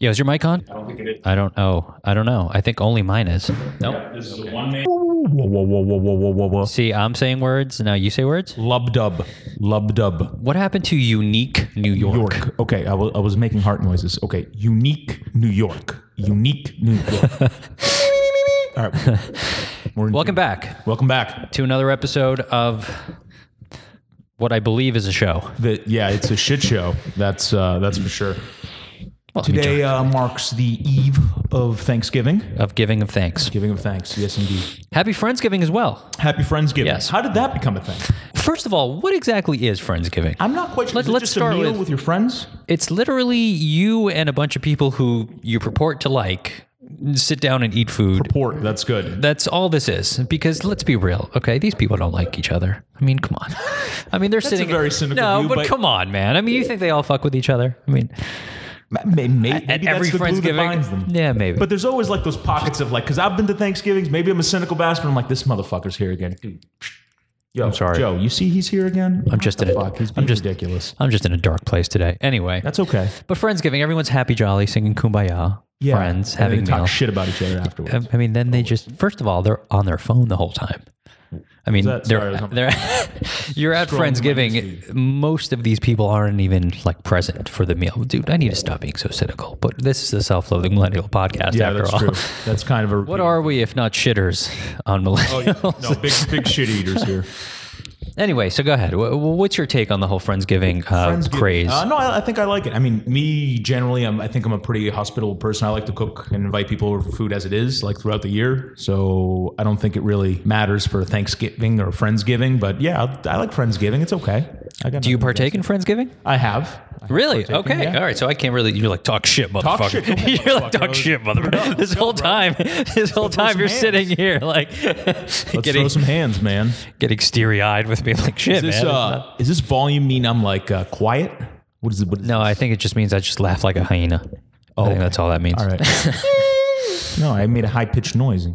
Yo, is your mic on? I don't think it is. I don't know. I don't know. I think only mine is. Nope. This is a one man. Whoa, whoa, whoa, whoa, whoa, whoa, whoa, whoa. See, I'm saying words. Now you say words. Lub dub. Lub dub. What happened to unique New York? York. Okay, I wa- I was making heart noises. Okay, unique New York. Unique New York. All right. We're in- Welcome back Welcome back. to another episode of what I believe is a show. The, yeah, it's a shit show. That's uh, that's for sure. Today uh, marks the eve of Thanksgiving. Of giving of thanks. Giving of thanks. Yes, indeed. Happy Friendsgiving as well. Happy Friendsgiving. Yes. How did that become a thing? First of all, what exactly is Friendsgiving? I'm not quite sure. Let- Is it let's just start a meal with- with your friends. It's literally you and a bunch of people who you purport to like sit down and eat food. Port. That's good. That's all this is. Because let's be real, okay? These people don't like each other. I mean, come on. I mean, they're a sitting. very cynical No, view, but, but- come on, man. I mean, you think they all fuck with each other? I mean, Maybe, maybe at that's every the glue that binds Friendsgiving. them. Yeah, maybe. But there's always like those pockets of like, because I've been to Thanksgivings. Maybe I'm a cynical bastard. I'm like, this motherfucker's here again. Dude, Yo, I'm sorry. Joe. You see, he's here again. I'm just the in a- fuck. He's I'm being just- ridiculous. I'm just in a dark place today. Anyway, That's okay. but Friendsgiving, everyone's happy, jolly, singing "Kumbaya." Yeah. Friends And then having they talk meal. shit about each other afterwards. Um, I mean, then they just first of all they're on their phone the whole time. I mean, that- they're, sorry, I'm- they're you're at Scrolling through my Friendsgiving. Most of these people aren't even like present for the meal. Dude, I need to stop being so cynical. But this is a self-loathing millennial podcast. yeah, after that's all, true. That's kind of a what are we if not shitters on millennials? Oh, no big big shit eaters here. Anyway, so go ahead. Wh- wh- What's your take on the whole Friendsgiving, uh, Friendsgiving. craze? Uh, no, I, I think I like it. I mean, me generally, I'm, I think I'm a pretty hospitable person. I like to cook and invite people over for food as it is, like throughout the year. So I don't think it really matters for Thanksgiving or Friendsgiving. But yeah, I, I like Friendsgiving. It's okay. I got Do you nothing partake in Friendsgiving? against- I have. Really? Okay. yeah. All right. So I can't really. You're like talk shit, motherfucker. shit, go ahead, you're like motherfucker. talk shit, motherfucker. This whole time, this whole throw time, some you're hands. sitting here like Let's getting throw some hands, man. getting steary eyed with me. Like shit, Is this, man. uh, is this volume mean I'm like uh, quiet? What is it? What is no, I think it just means I just laugh like a hyena. Oh, I think that's all that means. All right. no, I made a high pitched noise.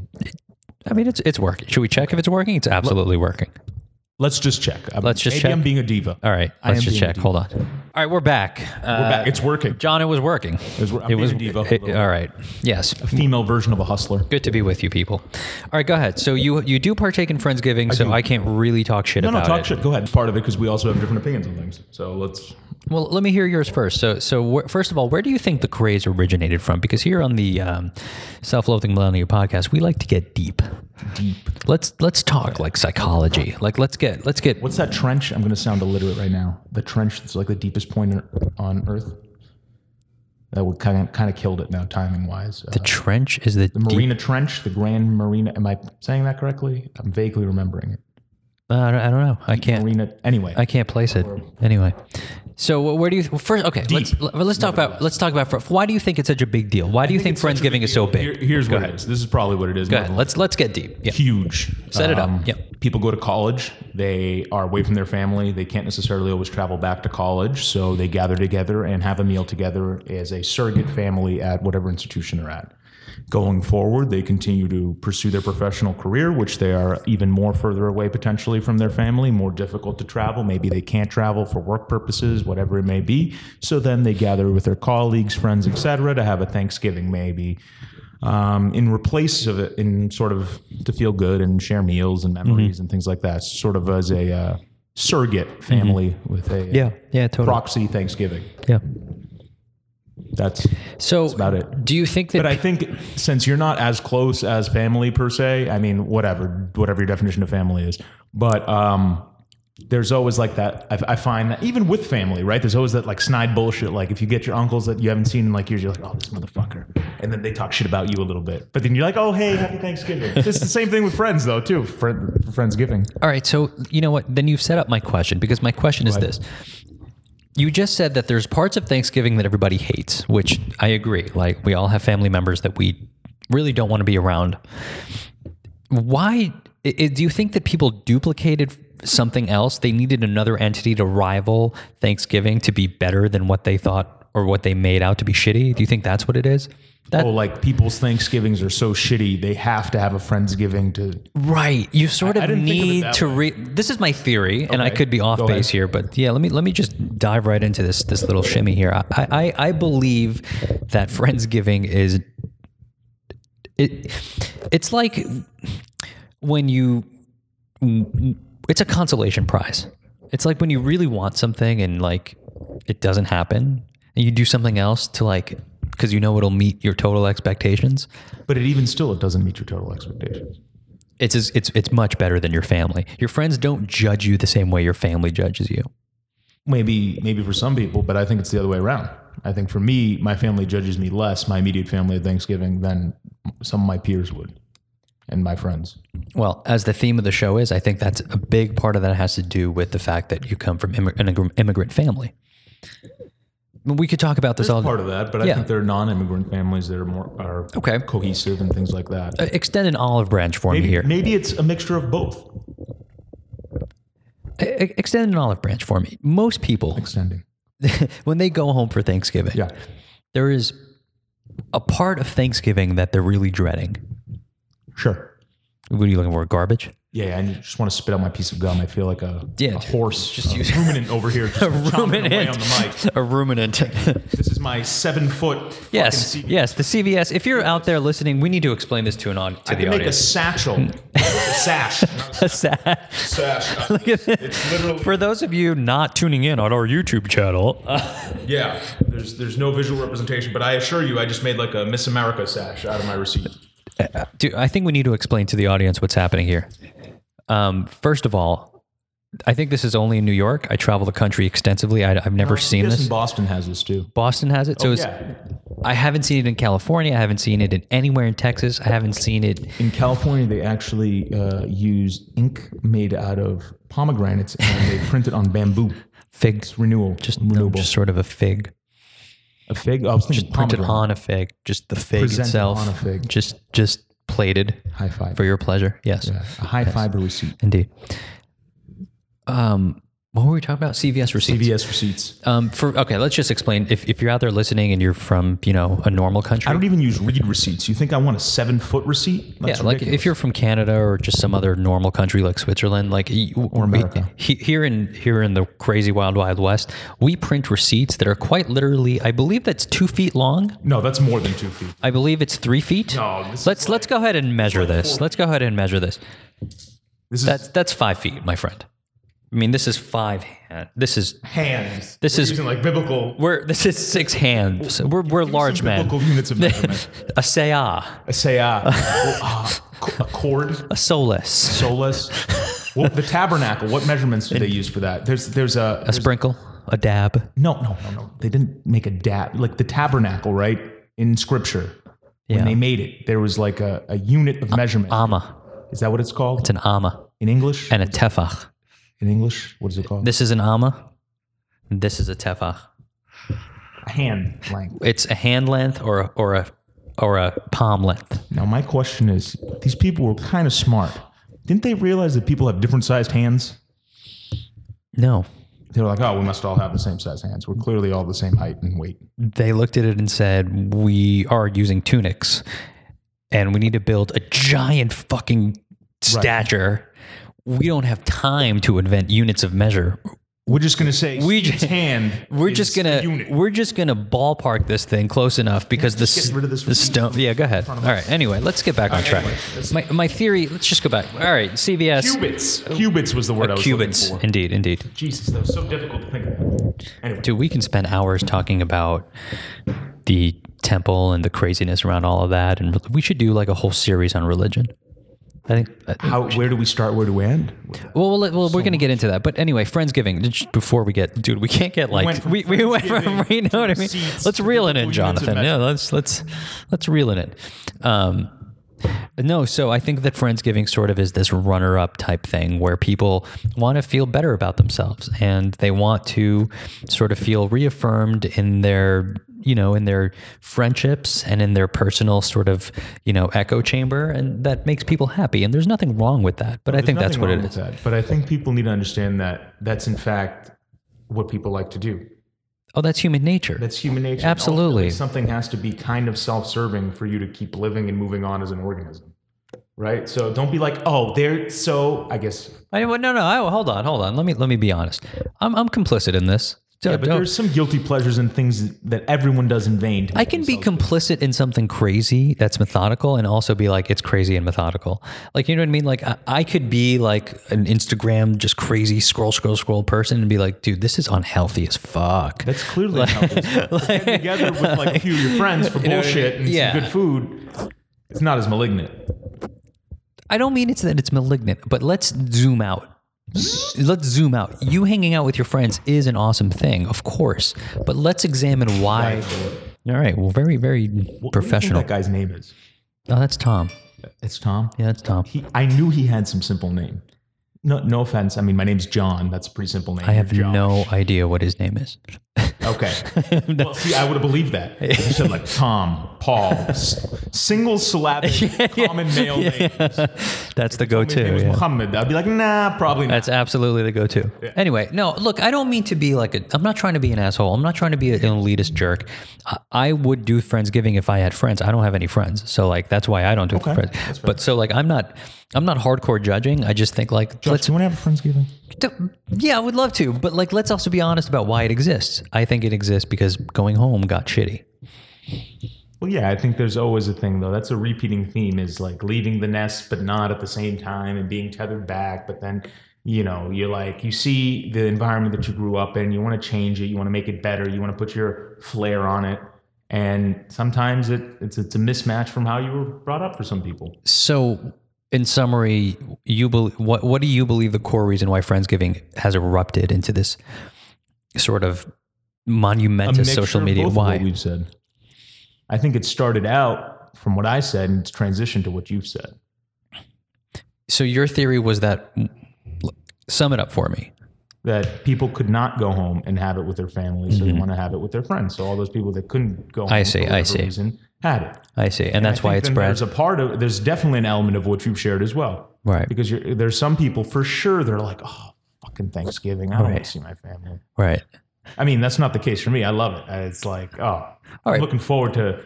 I mean, it's it's working. Should we check if it's working? It's absolutely working. Let's just check. I'm- Let's just maybe check. I'm being a diva. All right. I Let's am just being a check. diva. Hold on. All right, we're back. Uh, We're back. It's working. John, it was working. was- I'm it was. uh, being a diva. it- all right. Yes. female version of a hustler. Good to be with you, people. All right, go ahead. So you you do partake in friendsgiving, so I can't really talk shit No, no, about talk it. shit. Go ahead. Part of it because we also have different opinions on things. So let's. Well, let me hear yours first. So, so wh- first of all, where do you think the craze originated from? Because here on the um, Self-Loathing Millennial podcast, we like to get deep. Deep. Let's let's talk like psychology. Like let's get let's get. What's that trench? I'm going to sound illiterate right now. The trench that's like the deepest point on- on Earth. That would kind of kind of killed it now, timing wise. Uh, The trench is the, deep. Marina Trench, the Grand Marina. Am I saying that correctly? I'm vaguely remembering it. Uh, I don't- I don't know. I can't. Marina. Anyway, I can't place it. Anyway, so wh- where do you well, first? Okay, let's let- let's talk about let's talk about fr- why do you think it's such a big deal? Why do you think, friendsgiving is so big? Here- here's what it is. This is probably what it is. Go ahead. Let's let's get deep. Yeah. huge. Um, Set it up. Yep. People go to college. They are away from their family. They can't necessarily always travel back to college, so they gather together and have a meal together as a surrogate family at whatever institution they're at. Going forward, they continue to pursue their professional career, which they are even more further away potentially from their family, more difficult to travel. Maybe they can't travel for work purposes, whatever it may be. So then they gather with their colleagues, friends, etc., to have a Thanksgiving, maybe um, in replace of it, in sort of to feel good and share meals Mm-hmm. and memories and things like that, sort of as a uh, surrogate family with a Mm-hmm. Yeah. Yeah. Totally. proxy Thanksgiving. Yeah. That's So about it. Do you think that But I think since you're not as close as family per se, I mean, whatever, whatever your definition of family is, but um, there's always like that. I, I find that even with family, right? There's always that like snide bullshit. Like if you get your uncles that you haven't seen in like years, you're like, oh, this motherfucker, and then they talk shit about you a little bit. But then you're like, oh, hey, happy Thanksgiving. it's the same thing with friends though, too. Friend, friendsgiving. All right, so you know what? Then you've set up my question because my question is this. You just said that there's parts of Thanksgiving that everybody hates, which I agree. Like we all have family members that we really don't want to be around. Why i- i- do you think that people duplicated something else? They needed another entity to rival Thanksgiving to be better than what they thought or what they made out to be shitty? Do you think that's what it is? That Oh, like people's Thanksgivings are so shitty, they have to have a Friendsgiving to. right. You sort of I didn't think of it need that to re This is my theory, and I Okay, could be off go base ahead. here, but yeah, let me let me just dive right into this this little shimmy here. I I, I believe that friendsgiving is it. It's like when you it's a consolation prize. It's like when you really want something and like it doesn't happen and you do something else to like because you know it'll meet your total expectations. But it even still, it doesn't meet your total expectations. It's as- it's it's much better than your family. Your friends don't judge you the same way your family judges you. Maybe, maybe for some people, but I think it's the other way around. I think for me, my family judges me less, my immediate family at Thanksgiving, than some of my peers would, and my friends. Well, as the theme of the show is, I think that's a big part of that has to do with the fact that you come from immig- an immig- immigrant family. We could talk about this all Part of that, but Yeah. I think there are non-immigrant families that are more are Okay. cohesive and things like that. E, Extend an olive branch for me Maybe, here. maybe it's a mixture of both. E- Extend an olive branch for me. Most people Extending, when they go home for Thanksgiving, yeah. there is a part of Thanksgiving that they're really dreading. Sure. What are you looking for? Garbage? Yeah, I just want to spit out my piece of gum. I feel like a, Yeah, a horse, just a use- ruminant over here, just chomping away on the mic. a ruminant. This is my seven foot. yes. fucking CV. Yes. The CVS. If you're out there listening, we need to explain this to an aud- to I the can make a audience. satchel, a sash, not A sa- a sash. It's literally For those of you not tuning in on our YouTube channel, uh, yeah. There's there's no visual representation, but I assure you, I just made like a Miss America sash out of my receipt. do- I think we need to explain to the audience what's happening here. Um, first of all, I think this is only in New York. I travel the country extensively. I, I've Uh, never seen this. Boston has this too. Boston has it. So it's, Oh, yeah. I haven't seen it in California. I haven't seen it in anywhere in Texas. I haven't seen it. In California, they actually uh, use ink made out of pomegranates and they print it on bamboo. Fig, It's renewal, just renewable. just sort of a fig a fig. Oh, I was thinking printed pomegranate. on a fig, just the fig Presented itself, on a fig. just just plated High five. for your pleasure. Yes, a high fiber receipt. indeed. Um, what were we talking about? CVS receipts. CVS receipts. Um, for okay, let's just explain. If if you're out there listening and you're from you know a normal country, I don't even use read receipts. You think I want a seven foot receipt? That's yeah, like if ridiculous. you're from Canada or just some other normal country like Switzerland, like or America. here in here in the crazy wild wild west, we print receipts that are quite literally. I believe that's two feet long. no, that's more than two feet. I believe it's three feet. No, this is let's let's go ahead and measure this. Let's go ahead and measure this. This is That's that's five feet, my friend. I mean, this is five. hand- This is hands. This We're is- using like biblical. we're this is six hands. We're we're large some men. Biblical units of measurement. A seah, Say uh, uh, a cord, a solus, solus. Well, the tabernacle. What measurements do they use for that? There's there's a, a sprinkle, a dab. no no no no. They didn't make a dab like the tabernacle right in scripture. Yeah. When they made it, there was like a, a unit of measurement. Amma. Is that what it's called? It's an amma in English? and a tefach. in English, what is it called? This is an amma. This is a tefach. A hand length. It's a hand length or a, or a or a palm length. Now, my question is these people were kind of smart. Didn't they realize that people have different sized hands? No, They were like, oh, we must all have the same size hands. We're clearly all the same height and weight. they looked at it and said, "We are using tunics, and we need to build a giant fucking stature. We don't have time to invent units of measure. We're just going to say We each ju- hand. We're is just a gonna Unit. we're just gonna ballpark this thing close enough because the get s- rid of this the stone. Yeah, go ahead. All right. Anyway, let's get back on track. anyway, let's- my my theory. Let's just go back. All right. CVS. Cubits. Oh. Cubits was the word I was Cubits, looking for. indeed, indeed. Jesus, that was so difficult to think about. Anyway, Dude, we can spend hours talking about the temple and the craziness around all of that, and we should do like a whole series on religion. I think. uh, how, where do we start? Where do we end? Well, well, well we're going to get into that, but anyway, friendsgiving. just Before we get, dude, we can't get went like from we, we went from Friendsgiving you know what I mean. receipts Let's to reel it in, biblical units of Jonathan. Yeah, measure. let's let's let's reel it in. Um, no, so I think that Friendsgiving sort of is this runner up type thing where people want to feel better about themselves and they want to sort of feel reaffirmed in their, you know, in their friendships and in their personal sort of, you know, echo chamber. And that makes people happy. And there's nothing wrong with that. But I think that's what it is. That. But I think people need to understand that that's, in fact, what people like to do. Oh, that's human nature. That's human nature. Absolutely. Ultimately, something has to be kind of self-serving for you to keep living and moving on as an organism. Right? So don't be like, "Oh, they're so I guess I, well, no, no. I, hold on, hold on. Let me let me be honest. I'm I'm complicit in this. yeah, Don't- but don't- there's some guilty pleasures and things that everyone does in vain. to I make can be themselves- complicit in something crazy that's methodical and also be like, it's crazy and methodical. Like, you know what I mean? Like, I, I could be like an Instagram just crazy scroll, scroll, scroll person and be like, dude, this is unhealthy as fuck. That's clearly like, Like- together with like a few of your friends for You know what I mean? bullshit and Yeah. some good food. It's not as malignant. I don't mean it's that it's malignant, but let's zoom out. Let's zoom out. You hanging out with your friends is an awesome thing, of course, but let's examine why. All right. Well, very, very professional. What do you think that guy's name is. oh, that's Tom. It's Tom. Yeah, that's Tom. He, I knew he had some simple name. No, no offense. I mean, my name's John. That's a pretty simple name. I have John. no idea what his name is. Okay. Well, see, I would have believed that. You said like Tom, Paul, s- single syllabic common male name. That's the go If it to. was Muhammad, I'd be like, nah, probably not. That's absolutely the go to. Anyway, no, look, I don't mean to be like a, I'm not trying to be an asshole. I'm not trying to be an elitist jerk. I, I would do Friendsgiving if I had friends. I don't have any friends. So, like, that's why I don't do Okay, friends. But so, like, I'm not, I'm not hardcore judging. I just think, like, let's, Let's, do you want to have a Friendsgiving? yeah, I would love to. But, like, let's also be honest about why it exists. I think it exists because going home got shitty. Well, yeah, I think there's always a thing though. That's a repeating theme is like leaving the nest, but not at the same time, and being tethered back. But then, you know, you're like, you see the environment that you grew up in. You want to change it. You want to make it better. You want to put your flair on it. And sometimes it, it's it's a mismatch from how you were brought up for some people. So, in summary, you bel what what do you believe the core reason why friendsgiving has erupted into this sort of monumentous social media? Why? Why we've said. I think it started out from what I said, and it's transitioned to what you've said. So your theory was that. Sum it up for me. that people could not go home and have it with their family, so they want to have it with their friends. So all those people that couldn't go, home see, Mm-hmm. for I whatever see. Reason, had it. I see, and that's I why think it's then spread. There's a part of there's definitely an element of what you've shared as well, Right, because you're, there's some people for sure they're like, oh, fucking Thanksgiving, I don't want Right. to see my family. right. I mean, that's not the case for me. I love it. It's like, oh, right. Uh, I'm looking forward to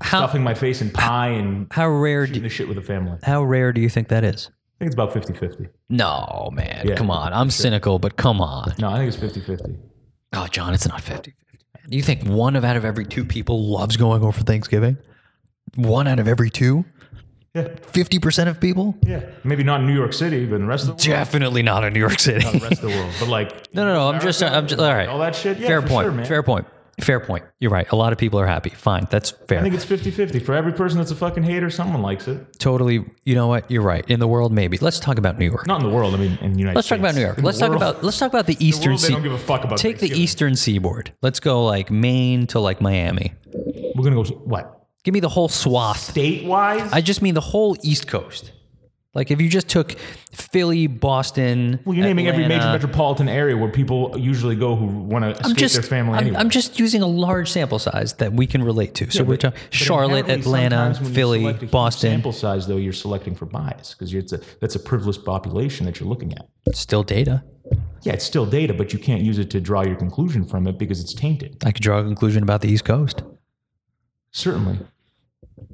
How stuffing my face in pie and how rare eating do, the shit with the family. I how rare do you think that is? think it's about 50-50. No, man, Yeah, come on. I'm cynical, but come on. No, I think it's 50-50. Oh, John, it's not 50 50. You think one of out of every two people loves going over Thanksgiving? One out of every two? Yeah, 50% of people? yeah. Maybe not in New York City, but in the rest of the world. Definitely not in New York City. the rest of the world. But like, no, no, no. I'm just, I'm just, all right. all that shit. Yeah, fair for point. sure, man. Fair point. Fair point. You're right. A lot of people are happy. Fine. That's I fair. think it's 50-50. For every person that's a fucking hater, someone likes it. Totally. You know what? You're right. In the world, maybe. Let's talk about New York. Not in the world. I mean, in the United Let's talk States. about New York. In the Let's talk world- about let's talk about the eastern world, they don't sea. give a fuck about. Take the Thanksgiving. eastern seaboard. Let's go like Maine to like Miami. We're gonna go s- what? Give me the whole swath. State wise. I just mean the whole East Coast. Like if you just took Philly, Boston, Well, you're naming every major Atlanta- metropolitan area where people usually go who want to escape I'm just their family. I'm, anyway. I'm just using a large sample size that we can relate to. So we're talking But Charlotte, inherently, Atlanta, sometimes when you Philly, select a huge Boston. Sample size though, you're selecting for bias because it's a that's a privileged population that you're looking at. Still data. Yeah, it's still data, but you can't use it to draw your conclusion from it because it's tainted. I could draw a conclusion about the East Coast. Certainly.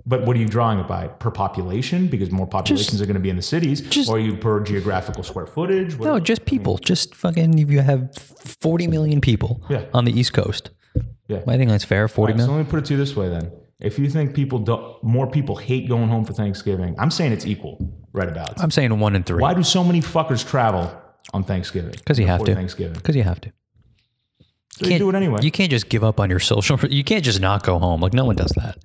But what are you drawing it by? Per population? Because more populations are going to be in the cities? just- or are you per geographical square footage? What- No, just people. Just fucking. If you have 40 million people Yeah. on the East Coast, Yeah. I think that's fair. 40 So million. let me put it to you this way then. If you think people don't, more people hate going home for Thanksgiving, I'm saying it's equal right about. I'm saying one in three Why do so many fuckers travel on Thanksgiving? because you have Or to. Thanksgiving. Because you have to. So they do it anyway. You can't just give up on your social. You can't just not go home. Like no one does that.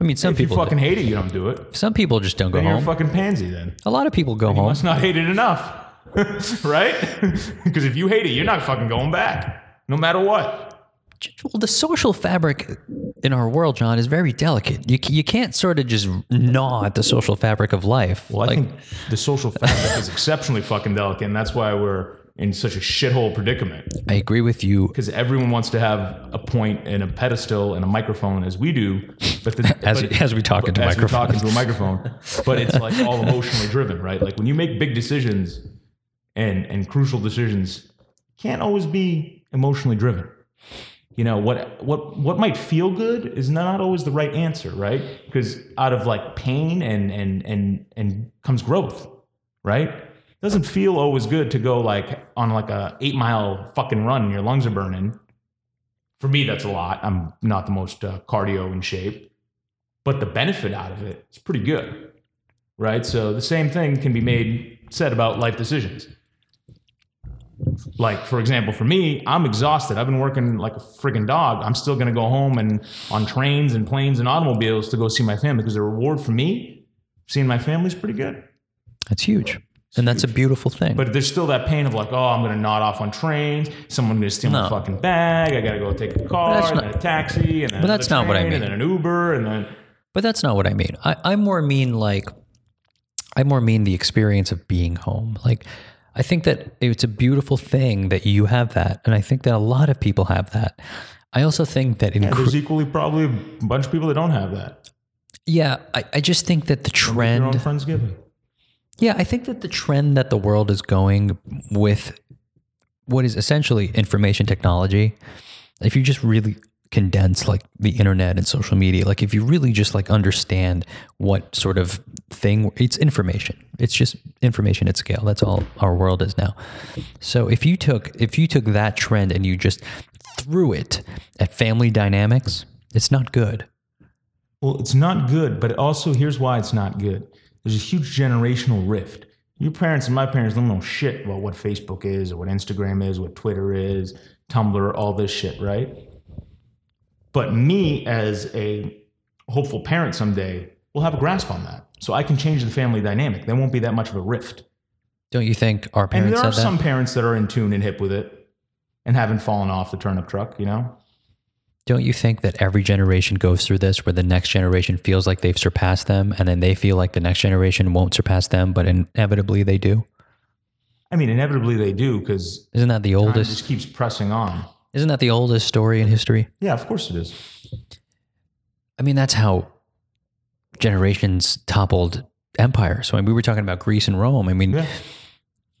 I mean, some if you people. do. fucking hate it, you don't do it. Some people just don't go You're a home. fucking pansy then. A lot of people go home. Must not hate it enough. right? Because if you hate it, you're not fucking going back, no matter what. Well, the social fabric in our world, John, is very delicate. You, c- you can't sort of just gnaw at the social fabric of life. Well, I Like, think the social fabric is exceptionally fucking delicate, and that's why we're in such a shithole predicament. I agree with you. Because everyone wants to have a point and a pedestal and a microphone as we do, but the, As, but- as we talk into as we talk microphones. into a microphone. But it's like all emotionally driven, right? Like when you make big decisions and and crucial decisions, can't always be emotionally driven. you know what what what might feel good is not always the right answer right because out of like pain and and and and comes growth right doesn't feel always good to go like on like a eight mile fucking run and your lungs are burning for me that's a lot i'm not the most uh, cardio in shape but the benefit out of it is pretty good right so the same thing can be made said about life decisions like for example for me i'm exhausted i've been working like a freaking dog i'm still going to go home and on trains and planes and automobiles to go see my family because the reward for me seeing my family is pretty good That's huge. And that's a beautiful thing. but there's still that pain of like oh i'm going to nod off on trains someone's going to steal my No. fucking bag i gotta go take a car that's and not- then a taxi and then But that's another not what I train, mean. and then an uber and then But that's not what I mean. I, I more mean like, I more mean the experience of being home. Like, I think that it's a beautiful thing that you have that. And I think that a lot of people have that. I also think that, in, yeah, there's equally probably a bunch of people that don't have that I, I just think that the your own trend, friendsgiving yeah, I think that the trend that the world is going with what is essentially information technology, if you just really condense like the internet and social media, like if you really just like understand what sort of thing it's information. It's just information at scale. That's all our world is now. So if you took if you took that trend and you just threw it at family dynamics, it's not good. Well, it's not good, but also here's why it's not good. There's a huge generational rift. Your parents and my parents don't know shit about what Facebook is or what Instagram is, what Twitter is, Tumblr, all this shit, right? But me as a hopeful parent someday will have a grasp on that. So I can change the family dynamic. There won't be that much of a rift. Don't you think our And parents there are said that? some parents that are in tune and hip with it and haven't fallen off the turnip truck, you know? Don't you think that every generation goes through this where the next generation feels like they've surpassed them and then they feel like the next generation won't surpass them, but inevitably they do? I mean, inevitably they do because Isn't that the it oldest just keeps pressing on. isn't that the oldest story in history? Yeah, of course it is. I mean, that's how generations toppled empires. So I mean, we were talking about Greece and Rome. I mean, Yeah.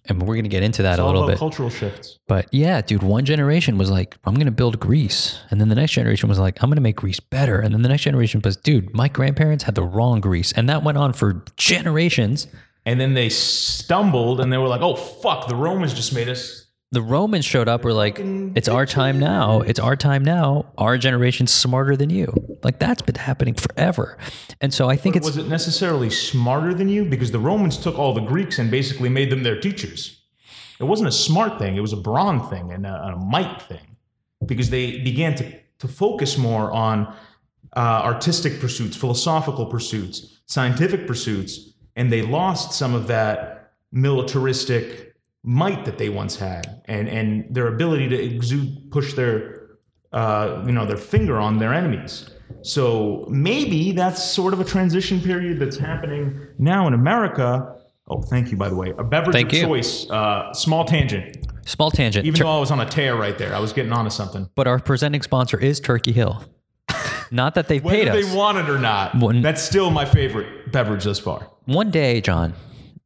and we're going to get into that a all little about bit. Cultural shifts. But yeah, dude, one generation was like, I'm going to build Greece. And then the next generation was like, I'm going to make Greece better. And then the next generation was, dude, my grandparents had the wrong Greece. And that went on for generations. And then they stumbled and they were like, oh, fuck, the Romans just made us. the Romans showed up were like, it's our time now. It's our time now. Our generation's smarter than you. Like that's been happening forever. And so I think it's Was it necessarily smarter than you? Because the Romans took all the Greeks and basically made them their teachers. It wasn't a smart thing, it was a brawn thing and a, a might thing. Because they began to, to focus more on uh, artistic pursuits, philosophical pursuits, scientific pursuits, and they lost some of that militaristic might that they once had and, and their ability to exude, push their uh, you know, their finger on their enemies. So maybe that's sort of a transition period that's happening now in America. Oh, thank you, by the way. A beverage Thank of you. choice. Uh, small tangent. small tangent. Even Tur- though I was on a tear right there, I was getting onto something. but our presenting sponsor is Turkey Hill. Not that they've paid Whether us. they want it or not, One- that's still my favorite beverage thus far. One day, John,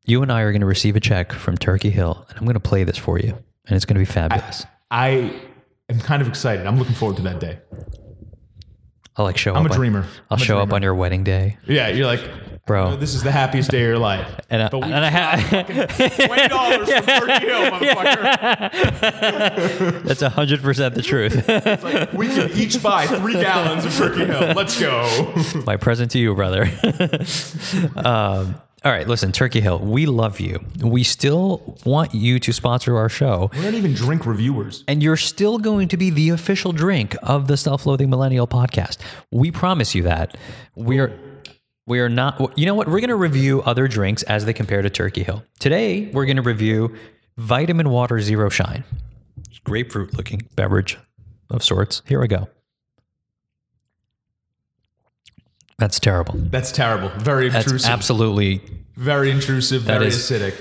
you and I are going to receive a check from Turkey Hill, and I'm going to play this for you, and it's going to be fabulous. I am kind of excited. I'm looking forward to that day. I'll like show I'm a up. on- dreamer. I'll I'm a show Oh. up dreamer. on your wedding day, Yeah, you're like, "Oh, bro. this is the happiest day of your life. and I, but we and I ha- twenty dollars for Turkey Hill, motherfucker. that's hundred percent the truth. We can each buy three gallons of Turkey Hill. Let's go. My present to you, brother. um, all right, listen, Turkey Hill, we love you. We still want you to sponsor our show, We don't even drink reviewers. and you're still going to be the official drink of the Self Loathing Millennial podcast. We promise you that. We are. We are not, you know what? We're going to review other drinks as they compare to Turkey Hill. Today, we're going to review Vitamin Water Zero Shine, grapefruit looking beverage of sorts. Here we go. That's terrible. That's terrible. Very That's intrusive. absolutely very intrusive. Very is- acidic.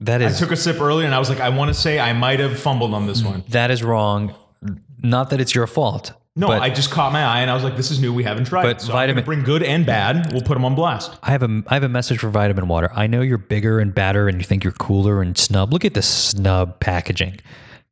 that is Took a sip earlier, and I was like, I want to say I might have fumbled on this one. that is wrong. Not that it's your fault. No, but I just caught my eye, and I was like, this is new. We haven't tried. But it. So I'm gonna vitamin- bring good and bad. We'll put them on blast. I have a I have a message for vitamin water. I know you're bigger and badder, and you think you're cooler and snub. Look at this snub packaging.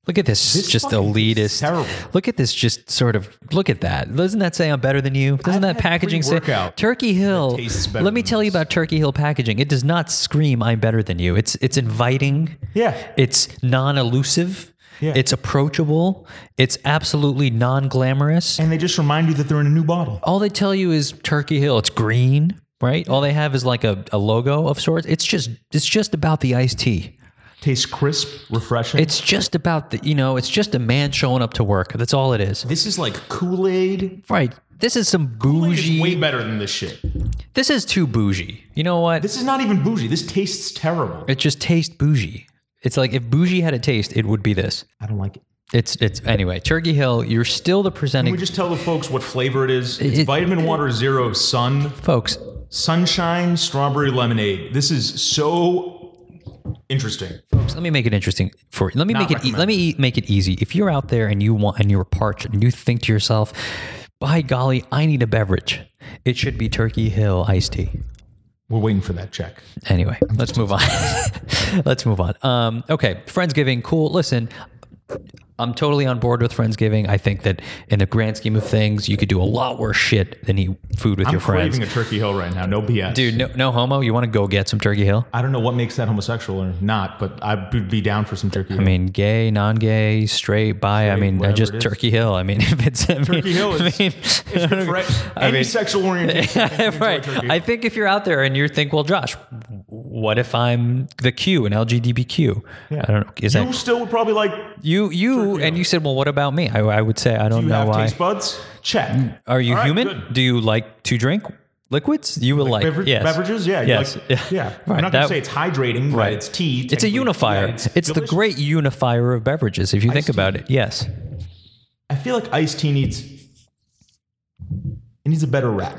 Look at this, This just fucking thing is elitist. terrible. Look at this, just sort of look at that. Doesn't that say I'm better than you? Doesn't I've that had packaging say pre-workout Turkey Hill? tastes better Let me than tell you this. about Turkey Hill packaging. It does not scream I'm better than you. It's it's inviting. Yeah. It's non-elusive. Yeah. It's approachable. It's absolutely non-glamorous. And they just remind you that they're in a new bottle. All they tell you is Turkey Hill. It's green, right? All they have is like a, a logo of sorts. It's just it's just about the iced tea. Tastes crisp, refreshing. It's just about the you know, it's just a man showing up to work. That's all it is. this is like Kool Aid. Right. This is some It's way bougie. better than this shit. This is too bougie. You know what? This is not even bougie. This tastes terrible. it just tastes bougie. It's like if bougie had a taste, it would be this. I don't like it. It's it's anyway. Turkey Hill, you're still the presenting We just tell the folks what flavor it is. It's It- vitamin water zero sun, folks. sunshine, strawberry lemonade. This is so interesting. Folks, let me make it interesting for you. Let me Not make it. E- let me recommended. e- make it easy. If you're out there and you want and you're parched and you think to yourself, "By golly, I need a beverage," it should be Turkey Hill iced tea. We're waiting for that check. Anyway, let's move on. let's move on. Um, okay, Friendsgiving, cool. Listen, I'm totally on board with Friendsgiving. I think that in the grand scheme of things, you could do a lot worse shit than eat food with I'm your friends. craving a Turkey Hill right now. No BS. Dude, no, no homo. You want to go get some Turkey Hill? I don't know what makes that homosexual or not, but I would be down for some Turkey Hill. I mean, gay, non-gay, straight, bi. I mean, I whatever just it is. Turkey Hill. I mean, if it's I mean, Turkey Hill is- I mean, It's good for I any mean- sexual orientation. Enjoy right. Turkey Hill. I think if you're out there and you think, well, Josh, what if I'm the Q and LGBTQ? I don't know. Is you that still would probably like. You, you, and you said, well, what about me? I, I would say, I don't You know have why. Mm, taste buds? Check. Are you All right, human? good. Do you like to drink liquids? You would like, Bever- yes. Beverages, yeah, you Yes. like- Yeah. yeah. Right, I'm not gonna that- say it's hydrating, right? it's tea. It's a technically. unifier. Yeah, it's the delicious. great unifier of beverages, if you think Iced about tea. it. Yes. I feel like iced tea needs it needs a better rap.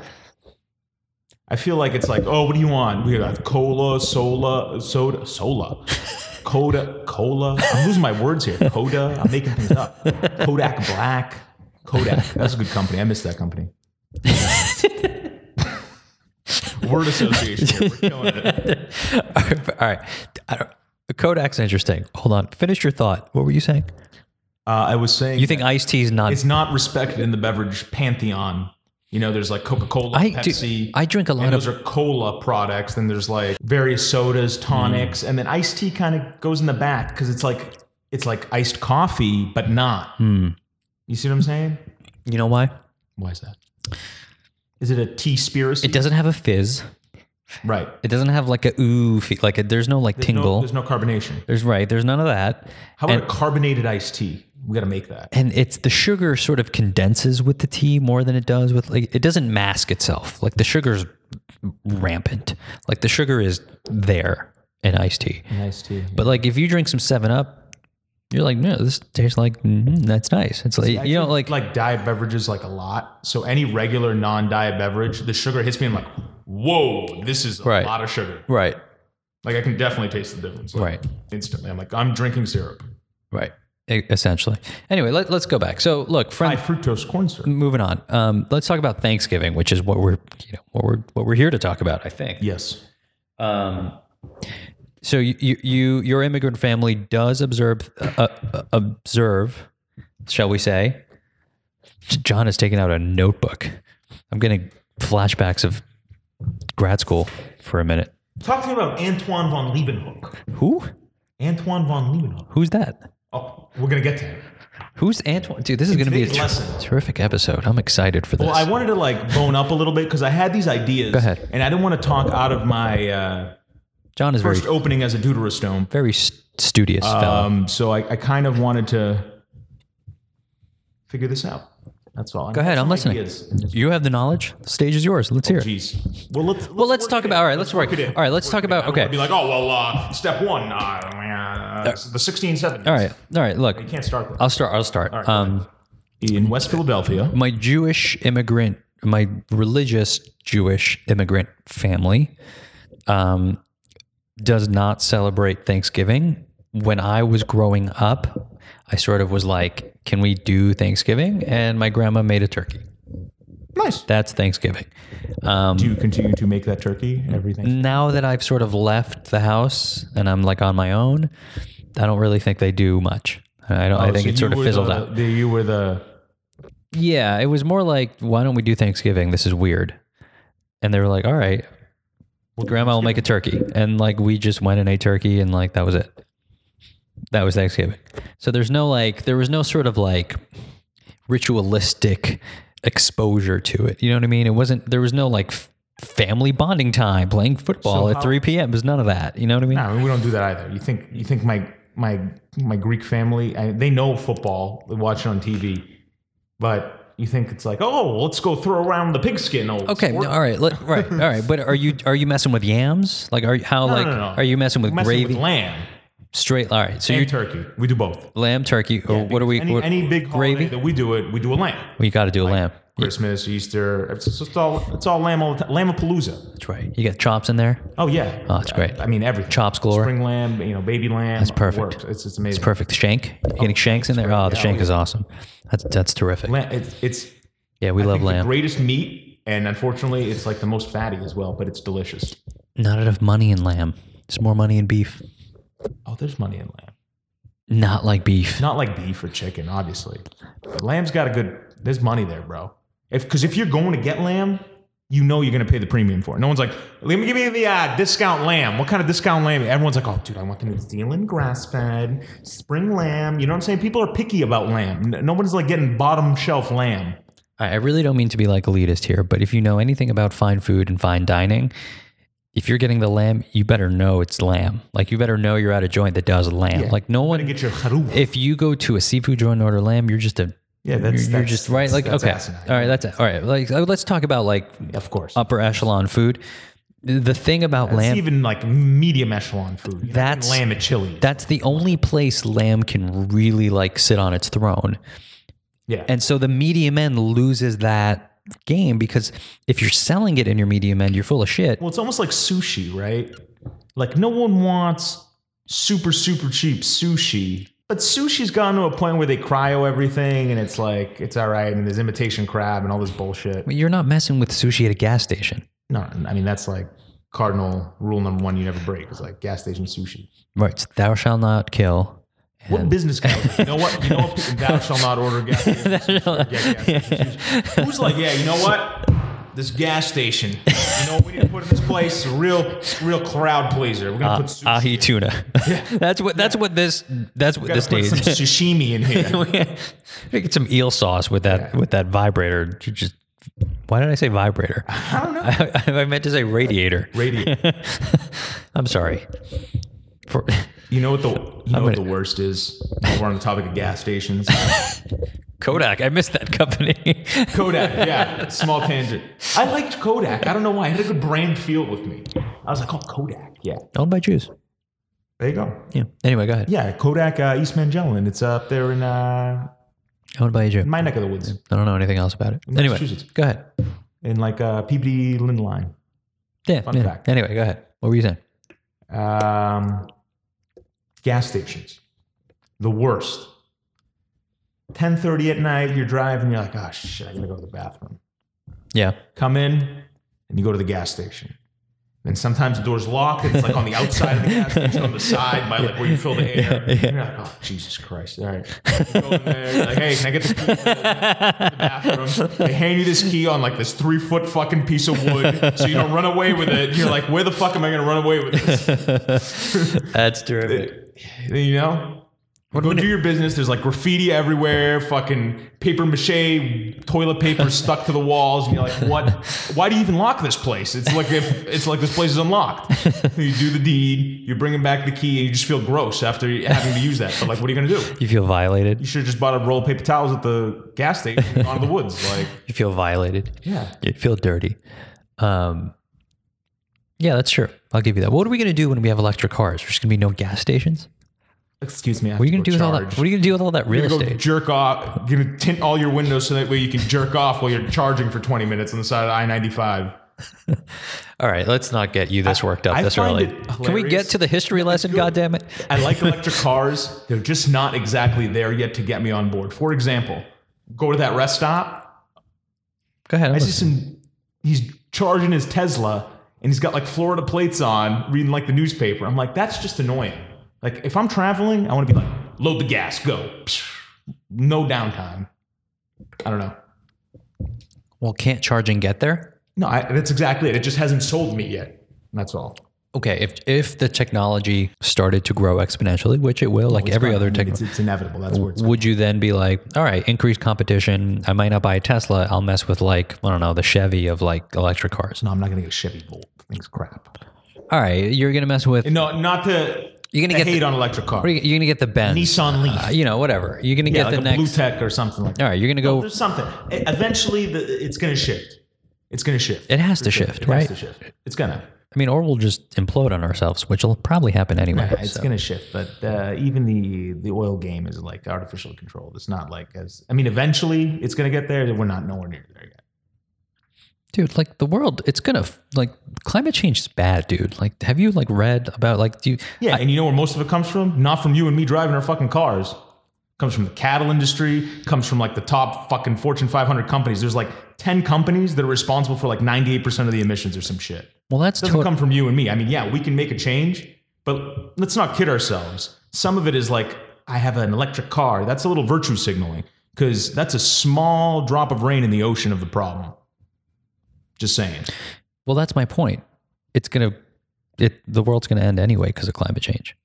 I feel like it's like, oh, what do you want? We got cola, sola, soda, sola, coda, cola. I'm losing my words here. Coda. I'm making things up. Kodak Black. Kodak. That's a good company. I miss that company. Word association. here. We're killing it. All right. I don't, Kodak's interesting. Hold on. Finish your thought. What were you saying? Uh, I was saying You think iced tea is not. it's not respected in the beverage pantheon. You know, there's like Coca Cola, I, do- Pepsi. I drink a lot And of those are cola products. Then there's like various sodas, tonics, Hmm. and then iced tea kind of goes in the back because it's like it's like iced coffee, but not. You see what I'm saying? You know Hmm. why? Why is that? Is it a tea spiracy? It doesn't have a fizz. Right. It doesn't have like a ooh, fe- like a, there's no like No, tingle. there's no carbonation. There's right. There's none of that. How about a carbonated iced tea? We got to make that. And it's the sugar sort of condenses with the tea more than it does with like it doesn't mask itself. Like the sugar's rampant. Like the sugar is there in iced tea. An iced tea. But like if you drink some Seven Up, you're like, no, this tastes like mm, that's nice. It's like you know, like, like diet beverages like a lot. So any regular non-diet beverage, the sugar hits me. I'm like, whoa, this is a Right. lot of sugar. right, Like I can definitely taste the difference. Like, right, Instantly, I'm like, I'm drinking syrup. right. E- Essentially. Anyway, let, let's go back. So look, friend. High fructose corn syrup. Moving on. Um, let's talk about Thanksgiving, which is what we're you know what we're what we're here to talk about. I think. Yes. Um, so you, you, you your immigrant family does observe uh, uh, observe, shall we say? John has taken out a notebook. I'm getting flashbacks of grad school for a minute. Talk to me about Antoine von Leeuwenhoek. Who? Antoine von Leeuwenhoek. Who's that? Oh, we're gonna get to him. Who's Antoine? Dude, this is going to be a Today's ter- lesson. terrific episode. I'm excited for this. Well, I wanted to like bone up a little bit because I had these ideas, Go ahead. and I didn't want to talk out of my uh, John is very first opening as a deuterostome. very s- studious fellow. Um, so I, I kind of wanted to figure this out. That's all. Go ahead, I'm listening. Ideas. You have the knowledge. The stage is yours. Let's hear it. Jeez. Well, let's, Well, let's work talk it in. about. All right, let's work. it in. All right, let's talk about. I don't wanna Okay. Be like, oh well, uh, step one, uh, uh, the 1670s. All right. All right. Look, you can't start. There. I'll start. I'll start. um, Uh, In West Philadelphia, my Jewish immigrant, my religious Jewish immigrant family, um, does not celebrate Thanksgiving. When I was growing up, I sort of was like, "Can we do Thanksgiving?" And my grandma made a turkey. nice. That's Thanksgiving. Um, Do you continue to make that turkey? Everything. now that I've sort of left the house and I'm like on my own, I don't really think they do much. I don't. I Oh, think so it sort you of were fizzled the- out. the- you were the Yeah, it was more like, why don't we do Thanksgiving? This is weird. And they were like, all right, grandma will make a turkey. And like, we just went and ate turkey and like, that was it. That was Thanksgiving. So there's no like, there was no sort of like ritualistic exposure to it. You know what I mean? It wasn't, there was no like f- family bonding time playing football So at how- 3 p.m. It was none of that. You know what I mean? No, I mean, we don't do that either. You think you think my my my Greek family I, they know football, they watch it on TV, but you think it's like, oh, let's go throw around the pigskin. Oh, Old Okay, sport. no, all right, let, right, all right. But are you are you messing with yams? Like, are you how like no, no. are you messing with messing gravy? with lamb Straight. All right, so and you're turkey. We do both. lamb turkey or what are we Any, what- any big gravy gravy that we do it, we do a lamb. we got to do a lamb Christmas, Easter, it's, it's all it's all lamb all the time. Lamapalooza. that's right you got chops in there Oh yeah, oh that's great I mean everything. chops galore spring lamb, you know, baby lamb. That's perfect. It's it's amazing. perfect shank you getting shanks in there oh the Yeah, shank oh, is awesome that's that's terrific Lamb, it's, it's yeah we love think The lamb greatest meat, and unfortunately, it's like the most fatty as well, but it's delicious. not enough money in lamb it's more money in beef Oh, there's money in lamb. not like beef Not like beef or chicken, obviously. But lamb's got a good. There's money there, bro. If because if you're going to get lamb, you know you're gonna pay the premium for it. No one's like, let me give me the uh, discount lamb. What kind of discount lamb? Everyone's like, oh, dude, I want the New Zealand grass fed spring lamb. You know what I'm saying? People are picky about lamb. N- No one's like getting bottom shelf lamb. I, I really don't mean to be like elitist here but if you know anything about fine food and fine dining if you're getting the lamb you better know it's lamb like you better know you're at a joint that does lamb like no one You Get your haru. if you go to a seafood joint and order lamb you're just a Yeah, that's you're, you're just right. Like okay, all right. That's all right. Like uh, let's talk about like Of course, upper echelon food. The thing about It's lamb, even like medium echelon food. You're not That's- getting lamb at chili. that's the only place lamb can really like sit on its throne. yeah, And so the medium end loses that game because if you're selling it in your medium end, you're full of shit. well, it's almost like sushi, right? Like no one wants super super cheap sushi, but sushi's gone to a point where they cryo everything, and it's like it's all right, and there's imitation crab and all this bullshit. You're not messing with sushi at a gas station, No, I mean that's like cardinal rule number one you never break. It's like gas station sushi. right? It's thou shall not kill. What business guy? You know what? You know what? Thou shall not order gas station sushi. Yeah, gas station sushi. Who's like, yeah, you know what? This gas station. You know what we need to put in this place? A real, real crowd pleaser. We're gonna put sushi. uh, Ahi tuna. that's what. That's what this. That's what Gotta this put needs. some sashimi in here. We get some eel sauce with that with that vibrator. You Just why did I say vibrator? I don't know. I, I meant to say radiator. Radio. I'm sorry. For, You know what the you know what the gonna- worst is? We're on the topic of gas stations. Kodak, I missed that company. Kodak, yeah. Small tangent. I liked Kodak. I don't know why. It had a good brand feel with me. I was like, oh, Kodak. Yeah. Owned by Jews. There you go. Yeah. Anyway, go ahead. Yeah, Kodak uh, East Magellan. It's up there in uh, Owned by a Jew. my neck of the woods. I don't know anything else about it. Anyway, Massachusetts. go ahead. in like uh, a PBD Lynn line. Yeah. yeah. fact. Anyway, go ahead. What were you saying? Um, gas stations, the worst. 10:30 at night, you're driving, you're like, oh shit, I gotta go to the bathroom. Yeah. Come in, and you go to the gas station. And sometimes the door's locked, and it's like on the outside of the gas station, on the side by like where you fill the Yeah, air. yeah. And you're like, oh Jesus Christ! All right, you go in there, you're like, hey, can I get the key for the bathroom. They hand you this key on like this three foot fucking piece of wood, so you don't run away with it. You're like, where the fuck am I gonna run away with this? That's terrific. You know. Go do your business. There's like graffiti everywhere, fucking paper mache, toilet paper stuck to the walls, and you're like, "What? Why do you even lock this place? It's like if it's like this place is unlocked." You do the deed, you're bringing back the key, and you just feel gross after having to use that. But like, what are you gonna do? You feel You violated. should have just bought a roll of paper towels at the gas station, and gone to the woods. Like, You feel violated. yeah, You feel dirty. Um, yeah, that's true. I'll give you that. What are we going to do when we have electric cars? There's going to be no gas stations. excuse me. What are you going to do with all that? What are you going to do with all that real You're gonna go estate? jerk off. You're gonna tint all your windows so that way you can jerk off while you're charging for 20 minutes on the side of I 95. All right, let's not get you this worked up I this find early. it Can we get hilarious. to the history lesson? God damn it! I like electric cars. They're just not exactly there yet to get me on board. For example, go to that rest stop. Go ahead. I'm I see listening. some. He's charging his Tesla and he's got like Florida plates on, reading like the newspaper. I'm like, that's just annoying. Like if I'm traveling, I want to be like, load the gas, go. No downtime. I don't know. Well, can't charging get there? No, I, that's exactly it. It just hasn't sold me yet. That's all. Okay, if if the technology started to grow exponentially, which it will, like It's every not- I other mean, it's, technology, it's inevitable. That's where it's. would you then be like, all right, increase competition? I might not buy a Tesla. I'll mess with like I don't know the Chevy of like electric cars. No, I'm not going to get a Chevy Volt. Things crap. All right, you're gonna mess with No, not to. You're gonna I get hate the- on electric car. you're gonna get the Benz, Nissan Leaf. uh, you know, whatever. You're gonna yeah, get like the a next. Blue Tech or something like that. all right, you're gonna go. There's something. E- Eventually, the, it's going to shift. It's going to shift. It has For to sure. shift, It right? Has to shift. It's gonna. I mean, or we'll just implode on ourselves, which will probably happen anyway. It's so. gonna shift. But uh, even the the oil game is like artificially controlled. It's not like as. I mean, eventually, it's going to get there. We're not nowhere near there yet. dude like the world it's gonna f- like climate change is bad dude like have you like read about like do you Yeah, and you know where most of it comes from? Not from you and me driving our fucking cars. Comes from the cattle industry. Comes from like the top fucking Fortune 500 companies. There's like 10 companies that are responsible for like 98% of the emissions or some shit. well that's doesn't to- come from you and me. I mean, yeah, we can make a change, but let's not kid ourselves. Some of it is like, I have an electric car. That's a little virtue signaling because that's a small drop of rain in the ocean of the problem. Just saying. well that's my point it's gonna it the world's gonna end anyway because of climate change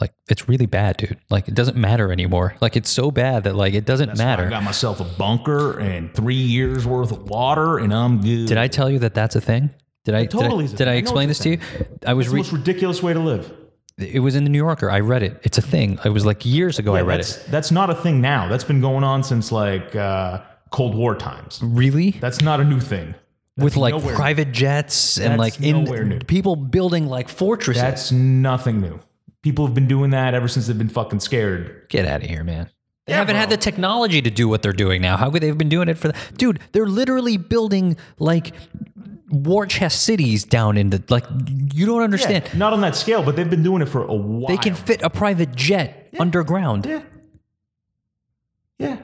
like it's really bad dude like it doesn't matter anymore like it's so bad that like it doesn't I matter got myself a bunker and three years worth of water, and I'm good. did i tell you that that's a thing did i totally is did a i, did I thing. I know explain it's this a to you i was It's the re- most ridiculous way to live. it was in the new yorker i read it it's a thing it was like years ago i read that's, it that's not a thing now. That's been going on since like uh, Cold War times. really That's not a new thing. with like nowhere. private jets and That's like in nowhere new. people building like fortresses That's nothing new. People have been doing that ever since they've been fucking scared. Get out of here, man. They Yeah, haven't had bro. the technology to do what they're doing now. How could they have been doing it for the dude? They're literally building like war chest cities down in the like. You don't understand. Not on that scale, but they've been doing it for a while. They can fit a private jet underground. Yeah. Yeah.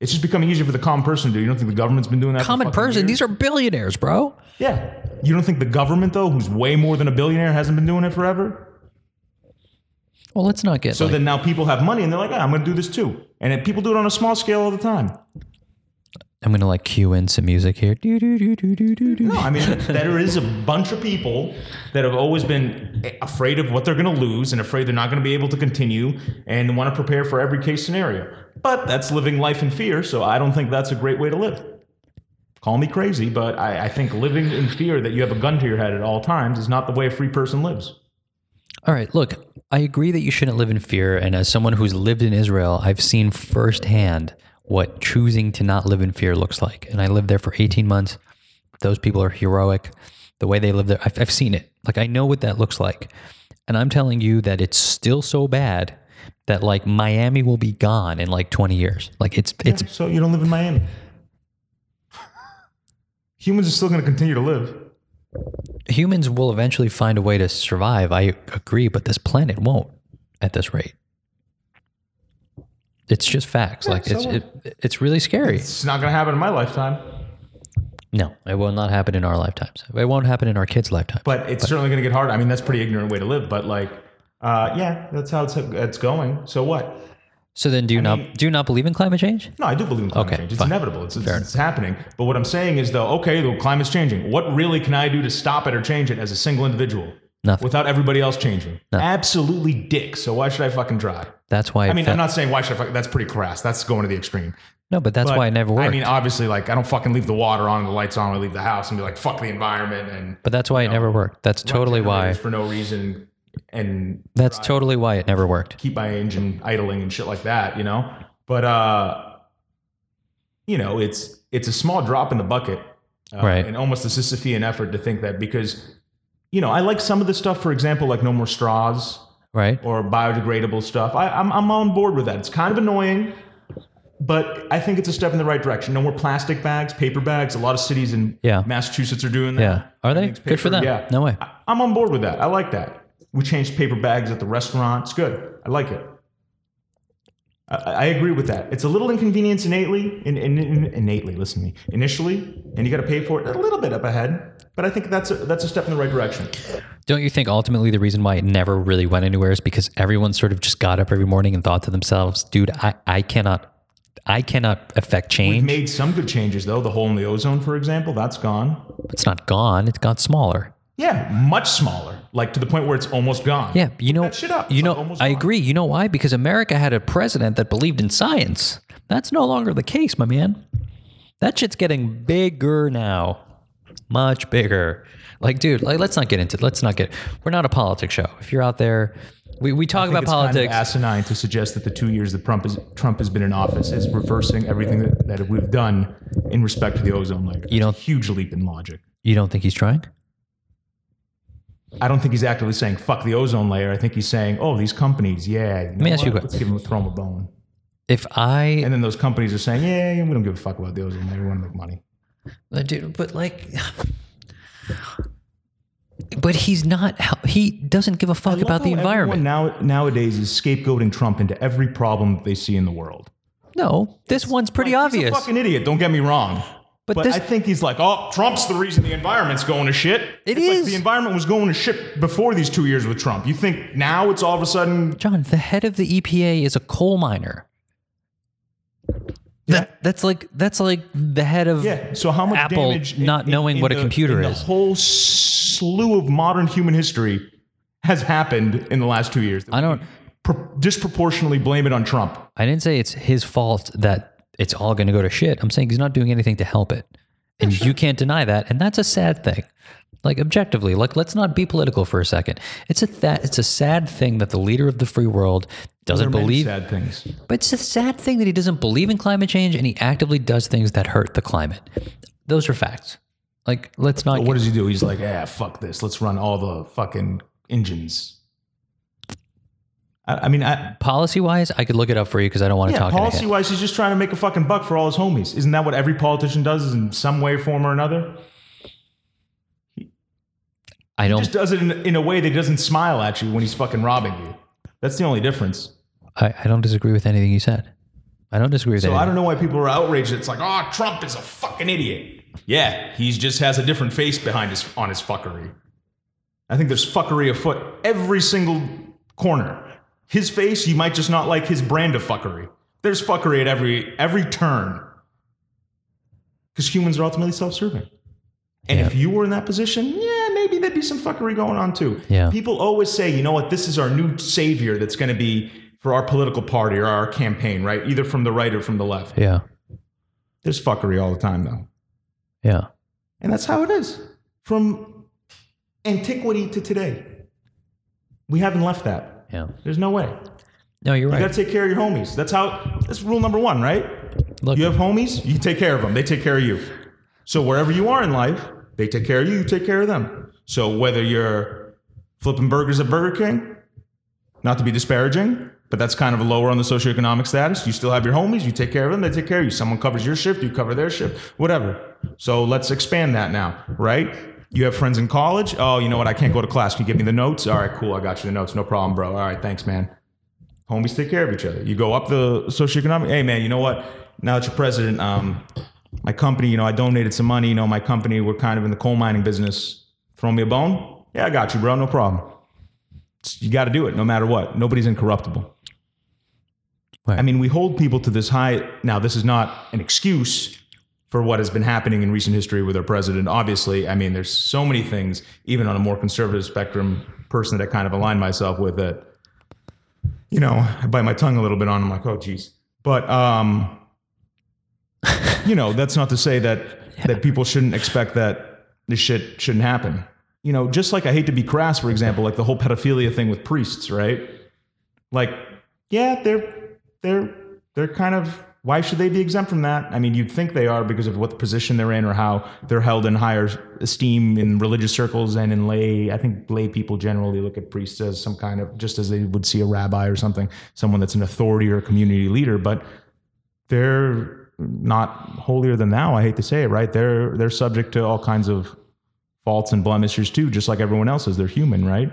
It's just becoming easier for the common person to do. You don't think the government's been doing that? for Common fucking person. years? These are billionaires, bro. Yeah. You don't think the government though, who's way more than a billionaire, hasn't been doing it forever? Well, let's not get So like, then now people have money and they're like, ah, I'm going to do this too. And then people do it on a small scale all the time. I'm gonna like cue in some music here. Do, do, do, do, do, do, do. No, I mean there is a bunch of people that have always been afraid of what they're going to lose and afraid they're not going to be able to continue and want to prepare for every case scenario. But that's living life in fear, so I don't think that's a great way to live. Call me crazy, but I, I think living in fear that you have a gun to your head at all times is not the way a free person lives. All right, look, I agree that you shouldn't live in fear. And as someone who's lived in Israel, I've seen firsthand what choosing to not live in fear looks like. And I lived there for 18 months. Those people are heroic. The way they live there, I've, I've seen it. Like, I know what that looks like. And I'm telling you that it's still so bad that, like, Miami will be gone in like 20 years. Like, it's, it's, So you don't live in Miami. Humans are still going to continue to live. humans will eventually find a way to survive. I agree, but this planet won't at this rate. It's just facts. like so it's what? it, it's really scary. It's not going to happen in my lifetime, no, it will not happen in our lifetimes. It won't happen in our kids' lifetime. but it's certainly going to get harder. I mean, that's a pretty ignorant way to live, but like, uh, yeah, that's how it's, it's going. So what? so then, do you not mean- do you not believe in climate change? No, I do believe in climate Okay, change. It's fine. inevitable. It's, it's, it's happening. But what I'm saying is, though, okay, the climate's changing. What really can I do to stop it or change it as a single individual? Nothing. Without everybody else changing. Absolutely dick. So why should I fucking try? That's why. I mean, fe- I'm not saying why should I fucking, that's pretty crass. That's going to the extreme. no, but that's But, why it never worked. I mean, obviously, like, I don't fucking leave the water on and the lights on when I leave the house and be like, fuck the environment and but that's why it never worked. That's totally why. for no reason and That's totally why it never worked. keep my engine idling and shit like that, you know? But uh you know, it's it's a small drop in the bucket. Uh, Right. And almost a Sisyphean effort to think that because you know, I like some of the stuff, for example, like no more straws Right? or biodegradable stuff. I, I'm I'm on board with that. It's kind of annoying, but I think it's a step in the right direction. No more plastic bags, paper bags. A lot of cities in Yeah. Massachusetts are doing that. Yeah. Are they Everything's good for them? paper, yeah. No way. I- I'm on board with that. I like that. We changed paper bags at the restaurant. It's good. I like it. I, I agree with that. It's a little inconvenience innately, in, in, in- innately. Listen to me, initially, and you got to pay for it a little bit up ahead. But I think that's a, that's a step in the right direction. Don't you think ultimately the reason why it never really went anywhere is because everyone sort of just got up every morning and thought to themselves, dude, I, I cannot I cannot affect change. Made some good changes though. The hole in the ozone, for example, that's gone. it's not gone, it's got smaller. Yeah, much smaller, like to the point where it's almost gone. Yeah, you know, that shit up. you It's know, almost I gone. agree. You know why? Because America had a president that believed in science. That's no longer the case, my man. That shit's getting bigger now, much bigger. Like, dude, like, let's not get into. Let's not get. We're not a politics show. If you're out there, we, we talk about It's kind of politics. asinine to suggest that the two years that Trump, is, Trump has been in office is reversing everything that, that we've done in respect to the ozone layer. You don't- It's a huge leap in logic. you don't think he's trying? I don't think he's actively saying "fuck the ozone layer." I think he's saying, "Oh, these companies, yeah, you know me ask you a what? que- let's give them throw them a bone." If I And then those companies are saying, "Yeah, yeah, we don't give a fuck about the ozone layer. We want to make money." Uh, Dude, but like, but he's not. hel- He doesn't give a fuck about the Look how environment. everyone Now, nowadays, is scapegoating Trump into every problem that they see in the world. No, this one's pretty He's obvious. a fucking idiot. Don't get me wrong. But But, this- I think he's like, oh, Trump's the reason the environment's going to shit. It it's is. Like the environment was going to shit before these two years with Trump. You think now it's all of a sudden? John, the head of the EPA is a coal miner. That that's like that's like the head of Yeah. So how much Apple damage? not knowing what a the- computer in is. The whole slew of modern human history has happened in the last two years. I don't. Pro- disproportionately blame it on Trump. I didn't say it's his fault that it's all going to go to shit. I'm saying he's not doing anything to help it, and you can't deny that. And that's a sad thing. Like objectively, like let's not be political for a second. It's a that it's a sad thing that the leader of the free world doesn't Many believe sad things. But it's a sad thing that he doesn't believe in climate change and he actively does things that hurt the climate. Those are facts. Like, let's not. But what does he do? He's like, ah, fuck this. Let's run all the fucking engines. I, I mean, I, policy wise, I could look it up for you because I don't want to Yeah, talk in a policy head. wise, he's just trying to make a fucking buck for all his homies. Isn't that what every politician does is in some way, form, or another? I don't. Just does it in, in a way that doesn't smile at you when he's fucking robbing you. That's the only difference. I, I don't disagree with anything you said. I don't disagree with So anything. I don't know why people are outraged. It's like, oh, Trump is a fucking idiot. Yeah, he just has a different face behind his on his fuckery. I think there's fuckery afoot every single corner. His face, you might just not like his brand of fuckery. There's fuckery at every every turn. Because humans are ultimately self-serving. And if you were in that position, yeah, maybe there'd be some fuckery going on too. Yeah. People always say, you know what, this is our new savior that's going to be for our political party or our campaign, right? Either from the right or from the left. yeah. There's fuckery all the time, though. Yeah. And that's how it is from antiquity to today. We haven't left that. Yeah. There's no way. No, you're You right. got to take care of your homies. That's how, that's rule number one, right? Look, You have homies, you take care of them. They take care of you. So wherever you are in life, they take care of you, you take care of them. So whether you're flipping burgers at Burger King, not to be disparaging, but that's kind of lower on the socioeconomic status. You still have your homies, you take care of them, they take care of you. Someone covers your shift, you cover their shift, whatever. So let's expand that now, right? You have friends in college. Oh, you know what? I can't go to class. Can you give me the notes? All right, cool. I got you the notes. No problem, bro. All right, thanks, man homies take care of each other. You go up the socioeconomic. Hey, man, you know what? Now that you're president, um, my company, you know, I donated some money. You know, my company, we're kind of in the coal mining business. Throw me a bone? Yeah, I got you, bro. No problem. It's- You got to do it, no matter what. Nobody's incorruptible. Right. I mean, we hold people to this high. Now, this is not an excuse for what has been happening in recent history with our president. Obviously, I mean, there's so many things, even on a more conservative spectrum, person that I kind of align myself with that you know, I bite my tongue a little bit on. I'm like, oh, geez. But um, you know, that's not to say that that people shouldn't expect that this shit shouldn't happen. You know, just like I hate to be crass, for example, like the whole pedophilia thing with priests, right? Like, yeah, they're they're they're kind of why should they be exempt from that? I mean, you'd think they are because of what the position they're in or how they're held in higher esteem in religious circles and in lay. I think lay people generally look at priests as some kind of just as they would see a rabbi or something, someone that's an authority or a community leader. But they're not holier than thou. I hate to say it, right? They're they're subject to all kinds of faults and blemishes too, just like everyone else is. They're human, right?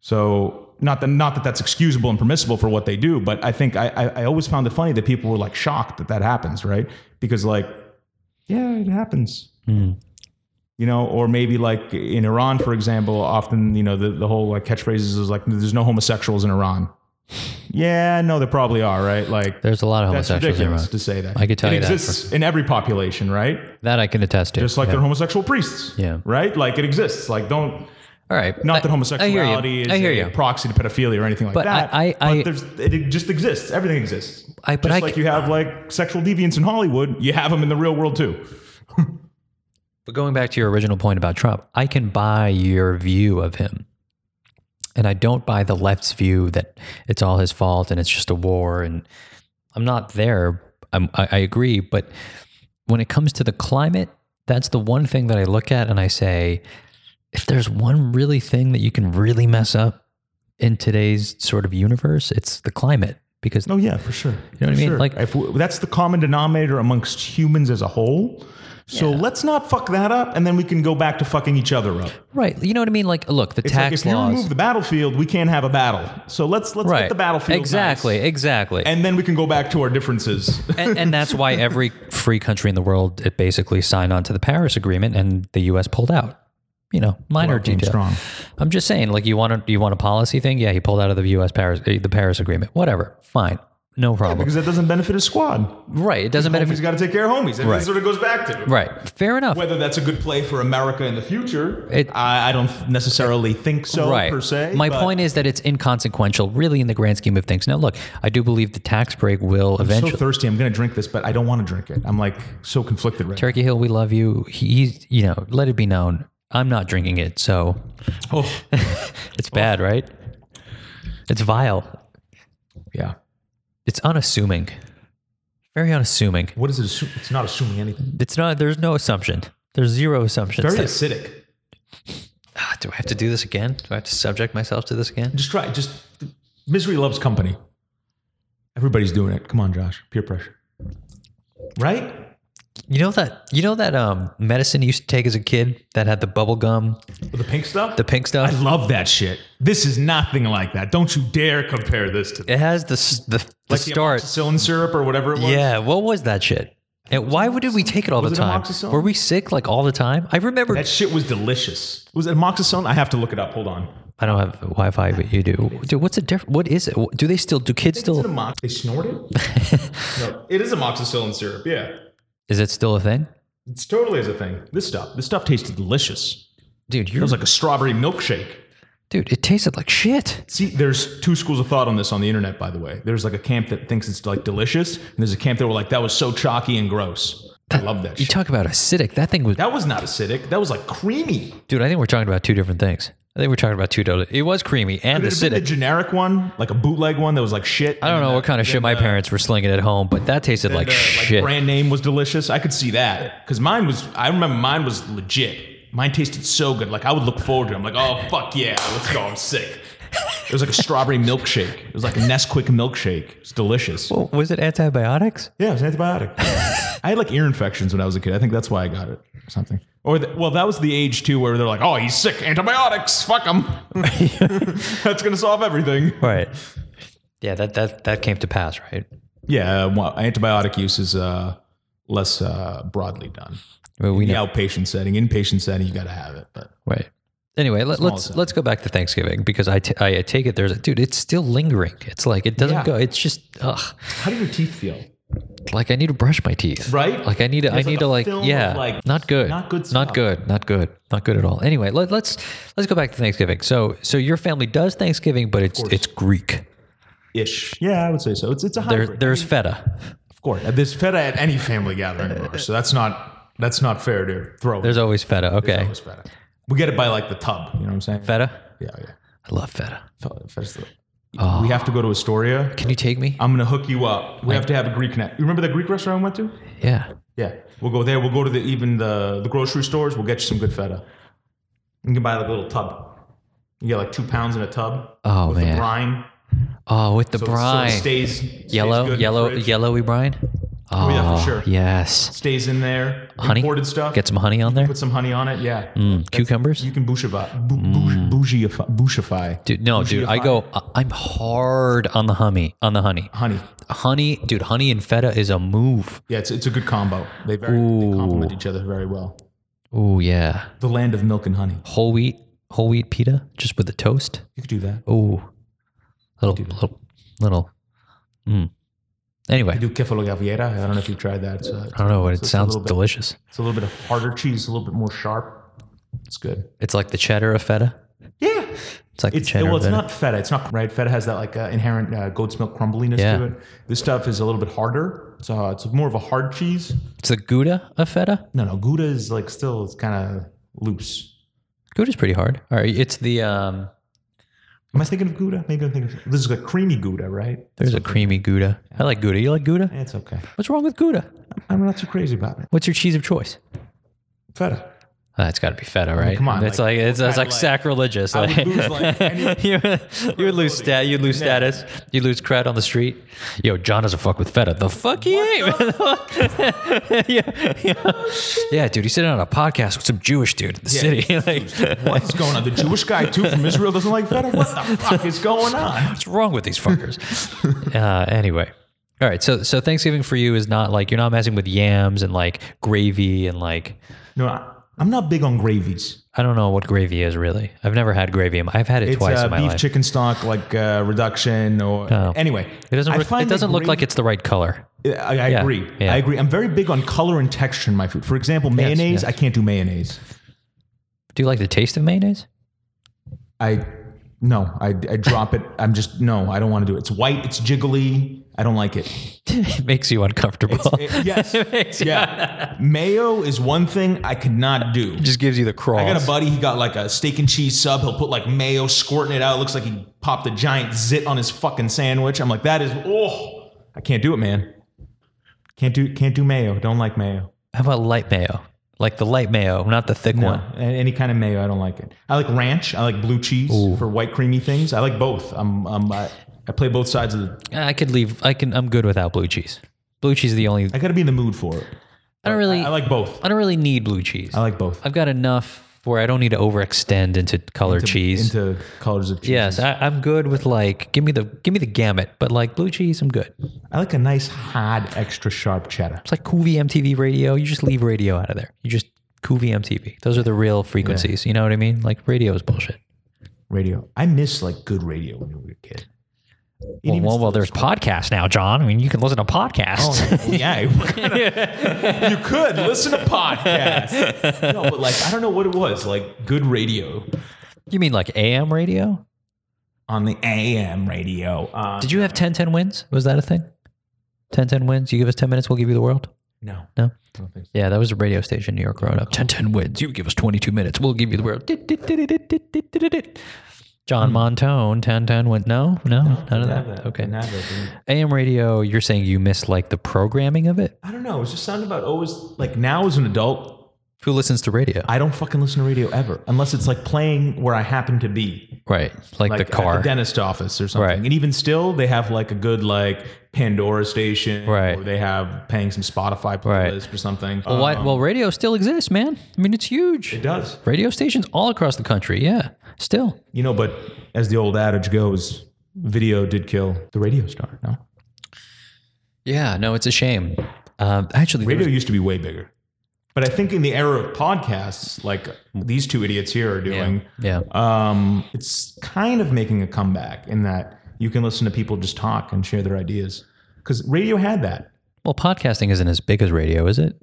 So Not that not that that's excusable and permissible for what they do, but I think I, I I always found it funny that people were like shocked that that happens, right? Because like, yeah, it happens. You know, or maybe like in Iran, for example, often you know the the whole like catchphrases is like, "There's no homosexuals in Iran." Yeah, no, there probably are, right? Like There's a lot of that's homosexuals in ridiculous Iran. to say that. I could tell it you that exists in every population, right? That I can attest to. Just like they're homosexual priests, Yeah. right? Like it exists. Like don't All right. not I- that homosexuality I hear is you. I a hear you. proxy to pedophilia or anything like But that. I- I- I- but there's, it, it just exists. Everything exists. I- but just I like c- you have like sexual deviants in Hollywood, you have them in the real world too. But going back to your original point about Trump, I can buy your view of him. And I don't buy the left's view that it's all his fault and it's just a war. And I'm not there. I'm, I, I agree. But when it comes to the climate, that's the one thing that I look at and I say, if there's one really thing that you can really mess up in today's sort of universe, it's the climate. Because Oh yeah, for sure. You know what I mean? Like- if we, that's the common denominator amongst humans as a whole. So let's not fuck that up, and then we can go back to fucking each other up. Right. You know what I mean? Like, look, the It's like tax if you laws. remove the battlefield, we can't have a battle. So let's let's right. get the battlefield Exactly. nice, Exactly. And, and then we can go back to our differences. and, that's why every free country in the world it basically signed on to the Paris Agreement, and the U.S. pulled out. You know, minor Came detail. strong. I'm just saying, like, you want a, you want a policy thing? Yeah, he pulled out of the U.S. Paris eh, the Paris Agreement. Whatever. Fine. No problem. because that doesn't benefit his squad. right. It doesn't matter. if He's got to take care of homies. And Right. this sort of goes back to Right. Fair enough. whether that's a good play for America in the future. It- I, I don't necessarily think so right. per se. My but point is that it's inconsequential, really, in the grand scheme of things. Now, look, I do believe the tax break will I'm eventually. so thirsty. I'm going to drink this, but I don't want to drink it. I'm like so conflicted right Turkey Hill, we love you. He- He's, you know, let it be known. I'm not drinking it, so now. Oh, it's bad, right? It's vile. yeah. It's unassuming. Very unassuming. What is it? Assu- it's not assuming anything. It's not. There's no assumption. There's zero assumptions. Very It's like, acidic. "Ah, do I have to do this again? Do I have to subject myself to this again? Just try. Just misery loves company. Everybody's doing it. Come on, Josh. Peer pressure. Right? You know that. You know that um, medicine you used to take as a kid that had the bubble gum, With the pink stuff. the pink I stuff. love that shit. This is nothing like that. Don't you dare compare this to It has the s- the, the the start. amoxicillin syrup or whatever it was. Yeah, what was that shit? And why would- did we take it all Was the it time? amoxicillin? Were we sick like all the time? I remember. That shit was delicious. Was it amoxicillin? I have to look it up. Hold on. I don't have Wi-Fi, but you do. Dude, what's the difference? What is it? Do they still? Do kids Is it still? amox? They snort it? no, it is amoxicillin syrup. Yeah. Is it still a thing? It's totally is a thing. This stuff. This stuff tasted delicious. Dude, It you're was like a strawberry milkshake. dude. It tasted like shit. See, there's two schools of thought on this on the internet, by the way. There's like a camp that thinks it's like delicious, and there's a camp that were like, that was so chalky and gross. I love that You shit. talk about acidic. That thing was, That was not acidic. That was like creamy. dude. I think we're talking about two different things. I think we're talking about two. different- It was creamy and Could it have been acidic. the generic one, like a bootleg one that was like shit. I don't know what kind of shit my uh, parents were slinging at home, but that tasted like shit. brand name was delicious. I could see that because mine was. I remember mine was legit. Mine tasted so good. Like I would look forward to. it. I'm like, oh fuck yeah, let's go. I'm sick. It was like a strawberry milkshake. It was like a Nesquik milkshake. It's delicious. Oh, was it antibiotics? Yeah, it was antibiotic. I had like ear infections when I was a kid. I think that's why I got it or something. Or the, well, that was the age too where they're like, oh, he's sick. Antibiotics. Fuck him. that's gonna solve everything. Right. Yeah, that that that came to pass, right? Yeah, uh, well, antibiotic use is uh, less uh, broadly done. Well, we The know. outpatient setting, inpatient setting, you got to have it. But Right. Anyway, let, let's sample. let's go back to Thanksgiving because I, t- I take it there's a dude. It's still lingering. It's like it doesn't Yeah. go. It's just ugh. how do your teeth feel? Like I need to brush my teeth. Right? Like I need to. I There's like need a to film like of, yeah. like, not good. not good Not stuff. good. Not good. Not good at all. Anyway, let, let's let's go back to Thanksgiving. So so your family does Thanksgiving, but it's it's Greek. Ish. Yeah, I would say so. It's it's a There, hybrid. there's feta. of course, there's feta at any family gathering, of ours, so that's not that's not fair to throw. There's always feta. Okay. always feta. We get it by like the tub. You know what I'm saying? Feta. Yeah, yeah. I love feta. Fe- Feta's the, Ah. We have to go to Astoria. Can you take me? I'm gonna hook you up. We have to have a Greek night. You remember that Greek restaurant I went to? Yeah. Yeah, we'll go there. We'll go to the even the, the grocery stores. We'll get you some good feta. You can buy like a little tub. You get like two pounds in a tub. Oh, with man. the brine. Oh, with the So- so it brine. stays stays yellow, good in the yellow, fridge. yellowy brine. Oh, yeah, for sure. Yes. Stays in there. Honey? Imported stuff. Get some honey on there. put some honey on it. Yeah. Mm, cucumbers. Mm. You can bouchify. bou- bou- Bougieify. Bougieify. Dude, no, dude. I go. I- I'm hard on the honey. On the honey. Honey. Honey, dude. Honey and feta is a move. Yeah, it's, it's a good combo. They very they complement each other very well. Oh yeah. The land of milk and honey. Whole wheat. Whole wheat pita, just with the toast. You could do that. Oh, little, little, little. Mm. Anyway, You do kefalo gaviera. I don't know if you've tried that. It's a, I don't know, but it it's a sounds little bit- delicious. it's a little bit of harder cheese, a little bit more sharp. It's good. It's like the cheddar of feta. Yeah. It's like It's, the cheddar. well, of it's feta. not feta. It's not right. Feta has that like uh, inherent uh, goat's milk crumbliness Yeah. to it. This stuff is a little bit harder. So uh, it's more of a hard cheese. It's the gouda of feta. No, no, gouda is like still it's kind of loose. Gouda's pretty hard. All right, it's the um. Am I thinking of gouda? Maybe I'm thinking of this is a creamy gouda, right? There's a creamy gouda. I like gouda. You like gouda? It's okay. What's wrong with gouda? I'm not too crazy about it. What's your cheese of choice? Feta. Uh, it's got to be feta, right? Oh, come on, that's like, like, it's, that's kinda like like- sacrilegious. would like- lose, like, any- you, you would lose stat, you would lose status, you would lose cred on the street. Yo, John doesn't fuck with feta. The fuck he ain't. man. yeah, Oh, yeah. yeah, dude, he's sitting on a podcast with some Jewish dude in the city. like, What's going on? The Jewish guy too from Israel doesn't like feta. What the fuck is going on? what's wrong with these fuckers? uh, anyway. All right, so so Thanksgiving for you is not like you're not messing with yams and like gravy and like No, I- I'm not big on gravies. I don't know what gravy is really. I've never had gravy. in my- I've had it It's twice uh, in my beef life. Oh. chicken stock like uh, reduction or anyway. It doesn't. I Look, it find that doesn't look gravy- like it's the right color. I, I agree. yeah. I agree. I'm very big on color and texture in my food. For example, mayonnaise. yes. I can't do mayonnaise. Do you like the taste of mayonnaise? I no. I, I drop it. I'm just no. I don't want to do it. It's white. It's jiggly. I don't like it. it makes you uncomfortable. It- yes. It makes you- yeah. Mayo is one thing I could not do. Just gives you the crawls. I got a buddy. He got like a steak and cheese sub. He'll put like mayo, squirting it out. It looks like he popped a giant zit on his fucking sandwich. I'm like, that is oh, I can't do it, man. Can't do can't do mayo. Don't like mayo. How about light mayo? Like the light mayo, not the thick No, one. a- any kind of mayo, I don't like it. I like ranch. I like blue cheese for white creamy things. I like both. I'm, I'm I, I play both sides of the. I could leave. I can. I'm good without blue cheese. Blue cheese is the only. I got to be in the mood for it. I don't really. I Oh. like both. I don't really need blue cheese. I like both. I've got enough where I don't need to overextend into color cheese. into colors of cheese. yes, I, I'm good with like give me the give me the gamut, but like blue cheese, I'm good. I like a nice hard, extra sharp cheddar. It's like Kuvi MTV radio. You just leave radio out of there. You just Kuvi MTV. Those are the real frequencies. You know what I mean? Like radio is bullshit. radio. I miss like good radio when we were a kid. It Well, even well, well, there's podcasts now, John. I mean, you can listen to podcasts. still- Oh, yeah, you could listen to podcasts. No, but like I don't know what it was like good radio You mean like AM radio? on the AM radio. Uh, Did you have 1010 wins? Was that a thing? 1010 wins? You give us 10 minutes, we'll give you the world? no, No. I don't think so. Yeah, that was a radio station in New York growing up. 1010 wins. You give us 22 minutes, we'll give you the world. John Montone, 1010 wins. No, Hmm. no, none of Never, that. Okay. never, dude. AM radio, you're saying you miss like the programming of it? I don't know. It's just something about always like now as an adult, Who listens to radio? I don't fucking listen to radio ever unless it's like playing where I happen to be. Right. Like, like the car. at the dentist office or something. Right. And even still, they have like a good like Pandora station, Right. Or they have paying some Spotify Right. playlist or something. Um, well, why, well, radio still exists, man. I mean, it's it huge. does, Radio stations all across the country. Yeah. Still. you know. But as the old adage goes, video did kill the radio star. No, Yeah. No, it's a shame. Um, actually, there radio used to be way bigger. But I think in the era of podcasts, like these two idiots here are doing, was- yeah. um, it's kind of making a comeback in that you can listen to people just talk and share their ideas. Because radio had that. Well, podcasting isn't as big as radio, is it?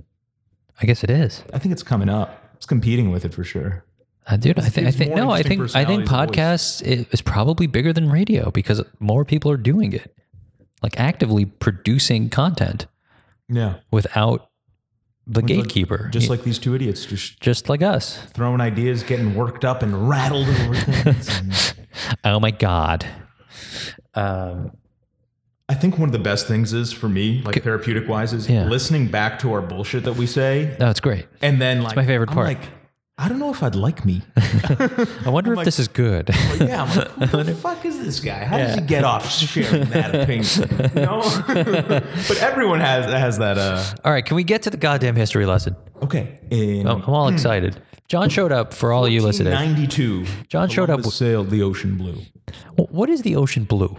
I guess it is. I think it's coming up. It's competing with it for sure. Uh, dude, I think I gives think more no, I interesting think I think podcasts personalities i- is probably bigger than radio because more people are doing it, like actively producing content Yeah. without the gatekeeper, Just Y- like these two idiots, just just like us. throwing ideas, getting worked up and rattled over things. And Oh my god. Um, I think one of the best things is for me, like therapeutic wise, is Yeah. listening back to our bullshit that we say. no, it's great. And then like my favorite I'm part. like, I don't know if I'd like me. I wonder if this is good. yeah, I'm like, who the fuck is this guy? How does he get off sharing that opinion? You know? but everyone has has that. Uh, all right, can we get to the goddamn history lesson? Oh, okay, in I'm, I'm all excited. John showed up for all you listeners. 92, John showed up. Columbus sailed the ocean blue. Wh- What is the ocean blue?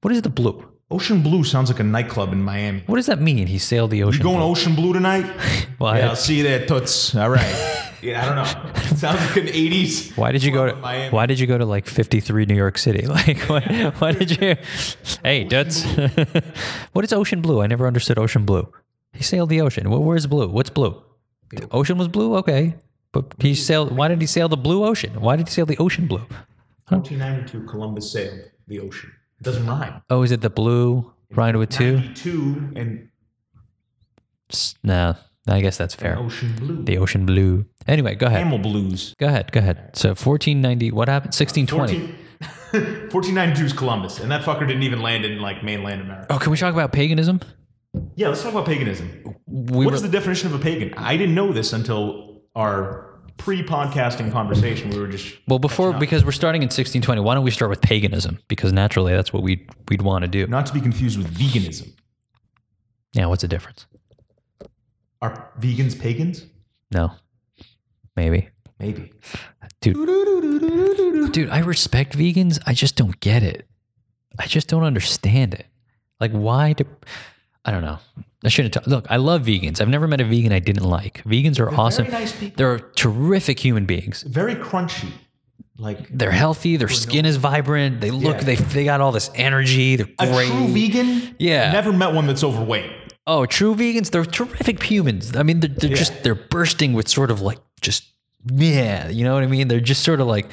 What is the blue? Ocean blue sounds like a nightclub in Miami. What does that mean? He sailed the You ocean. going ocean blue tonight? blue? Why, yeah, I'll see you there, toots. All right. yeah, I don't know. Sounds like an 80s. why did you go to Miami. Why did you go to like 53 New York City? Like, why, why did you? Hey, Dutz. what is ocean blue? I never understood ocean blue. He sailed the ocean. Well, where's blue? What's blue? The ocean was blue. Okay, but he sailed. Why did he sail the blue ocean? Why did he sail the ocean blue? 1992, Columbus sailed the ocean. It doesn't rhyme. Oh, is it the blue rhymed with two? 92 and S- Nah, I guess that's fair. ocean blue. The ocean blue. Anyway, go ahead. Camel blues. Go ahead. Go ahead. So 1490. What happened? 1620. 14 1492 is Columbus, and that fucker didn't even land in like mainland America. Oh, can we talk about paganism? Yeah, let's talk about paganism. Oh. We What were, is the definition of a pagan? I didn't know this until our pre-podcasting conversation. We were just well before because we're starting in 1620. Why don't we start with paganism? Because naturally, that's what we'd we'd want to do. not to be confused with veganism. Yeah, what's the difference? Are vegans pagans? No, maybe, Maybe. dude. Dude, I respect vegans. I just don't get it. I just don't understand it. Like, why do? I don't know. I shouldn't talk. Look, I love vegans. I've never met a vegan I didn't like. Vegans are awesome. Very nice people. They're terrific human beings. Very crunchy. Like They're healthy. Their skin is vibrant. They look. Yeah. They they got all this energy. They're a great. true vegan. Yeah. Never met one that's overweight. Oh, true vegans, they're terrific humans. I mean, they're, they're just, they're bursting with sort of like, just, yeah, you know what I mean? They're just sort of like,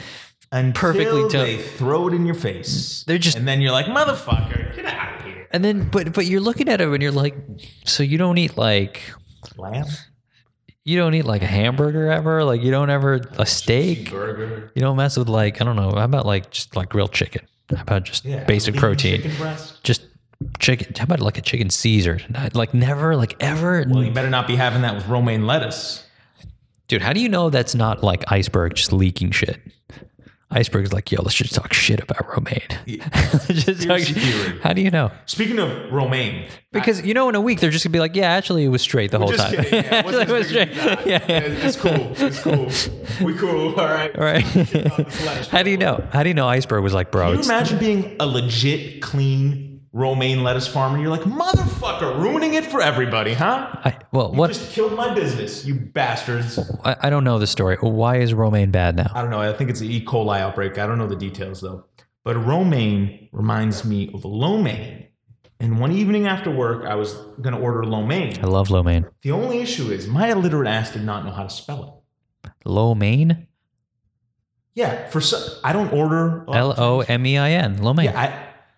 And Perfectly toned. they throw it in your face. They're just- and then you're like, motherfucker, get out of here. and then, but, but you're looking at them and you're like, so you don't eat like, Lamb, you don't eat like a hamburger ever? Like, you don't ever, a steak? burger, You don't mess with like, I don't know, how about like just like grilled chicken? How about just yeah, basic lean protein? chicken breast. Just chicken. How about like a chicken Caesar? Not- Like, never, like ever. Well, you better not be having that with romaine lettuce. Dude, how do you know that's not like iceberg just leaking shit? Iceberg's like, yo, let's just talk shit about romaine. Just talk- Conspiracy theory. how do you know? Speaking of romaine, Because you know, in a week they're just gonna be like, yeah, actually, it was straight the whole just time. kidding. Yeah, it Actually, wasn't it was as big straight. as you thought. Yeah, yeah. It's cool. It's cool. We cool. All right. All right. how do you know? How do you know iceberg was like, bro? Can you It's, imagine being a legit clean romaine lettuce farmer? You're like, motherfucker, ruining it for everybody, huh? I, well, what? Just killed my business, you bastards. I, I don't know the story. Why is romaine bad now? I don't know. I think it's an E. coli outbreak. I don't know the details though. But romaine reminds me of lo mein. And one evening after work, I was going to order lo mein. I love lo mein. The only issue is my illiterate ass did not know how to spell it. Lo mein. Yeah, for so, I don't order. uh, L O M E I N. Lo mein. Yeah,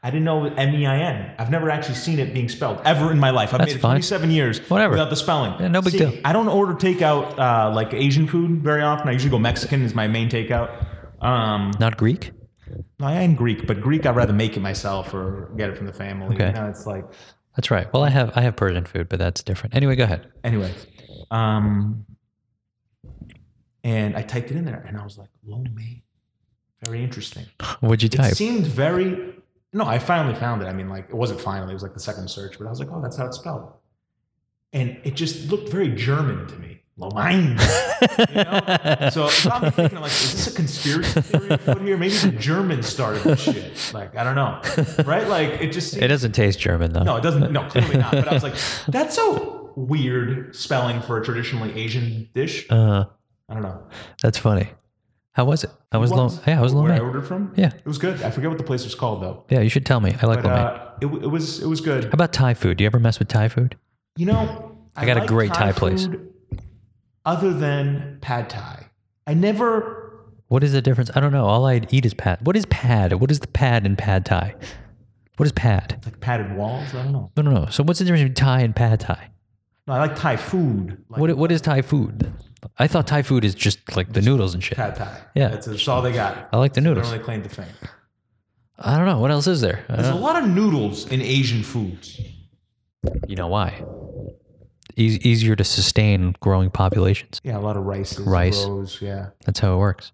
I I didn't know M E I N. I've never actually seen it being spelled ever in my life. I've That's made it fine. 27 years Whatever. without the spelling. Yeah, no big See, deal. I don't order takeout uh, like Asian food very often. I usually go Mexican is my main takeout. Um, Not Greek. I am Greek, but Greek I'd rather make it myself or get it from the family. Okay. You know, it's like That's right. Well, I have I have Persian food, but that's different. Anyway, go ahead. anyway. Um, and I typed it in there, and I was like, "Lo mein." Very interesting. What'd you It type? seemed very. No, I finally found it. I mean, like it wasn't finally; it was like the second search. But I was like, "Oh, that's how it's spelled," and it just looked very German to me. Lomain. you know? So I'm thinking, like, is this a conspiracy theory afoot here? Maybe the Germans started this shit. Like, I don't know, right? Like, it just It doesn't taste German though. no, it doesn't. No, clearly not. But I was like, that's a weird spelling for a traditionally Asian dish. Uh, I don't know. that's funny. How was it? I was lo- yeah, I was lo Where I mein. ordered from? Yeah. it was good. I forget what the place was called though. Yeah, you should tell me. I like lo But mein. How uh, it, w- it was it was good. about Thai food? Do you ever mess with Thai food? You know, I got a great Thai place. food Other than pad Thai, I never. What is the difference? I don't know. All I eat is pad. What is pad? What is the pad in pad Thai? What is pad? Like padded walls, I don't know. No, no, no. So what's the difference between Thai and pad Thai? No, I like Thai food, like What what is Thai food? I thought Thai food is just like the noodles and shit. pad Thai. Yeah. that's, that's all they got. I like the They don't noodles. Uh. really claim to fame. I don't know. What else is there? I There's a don't- lot of noodles in Asian foods. You know why? eas easier to sustain growing populations. Yeah, a lot of rices, Rice. rows, yeah, That's how it works.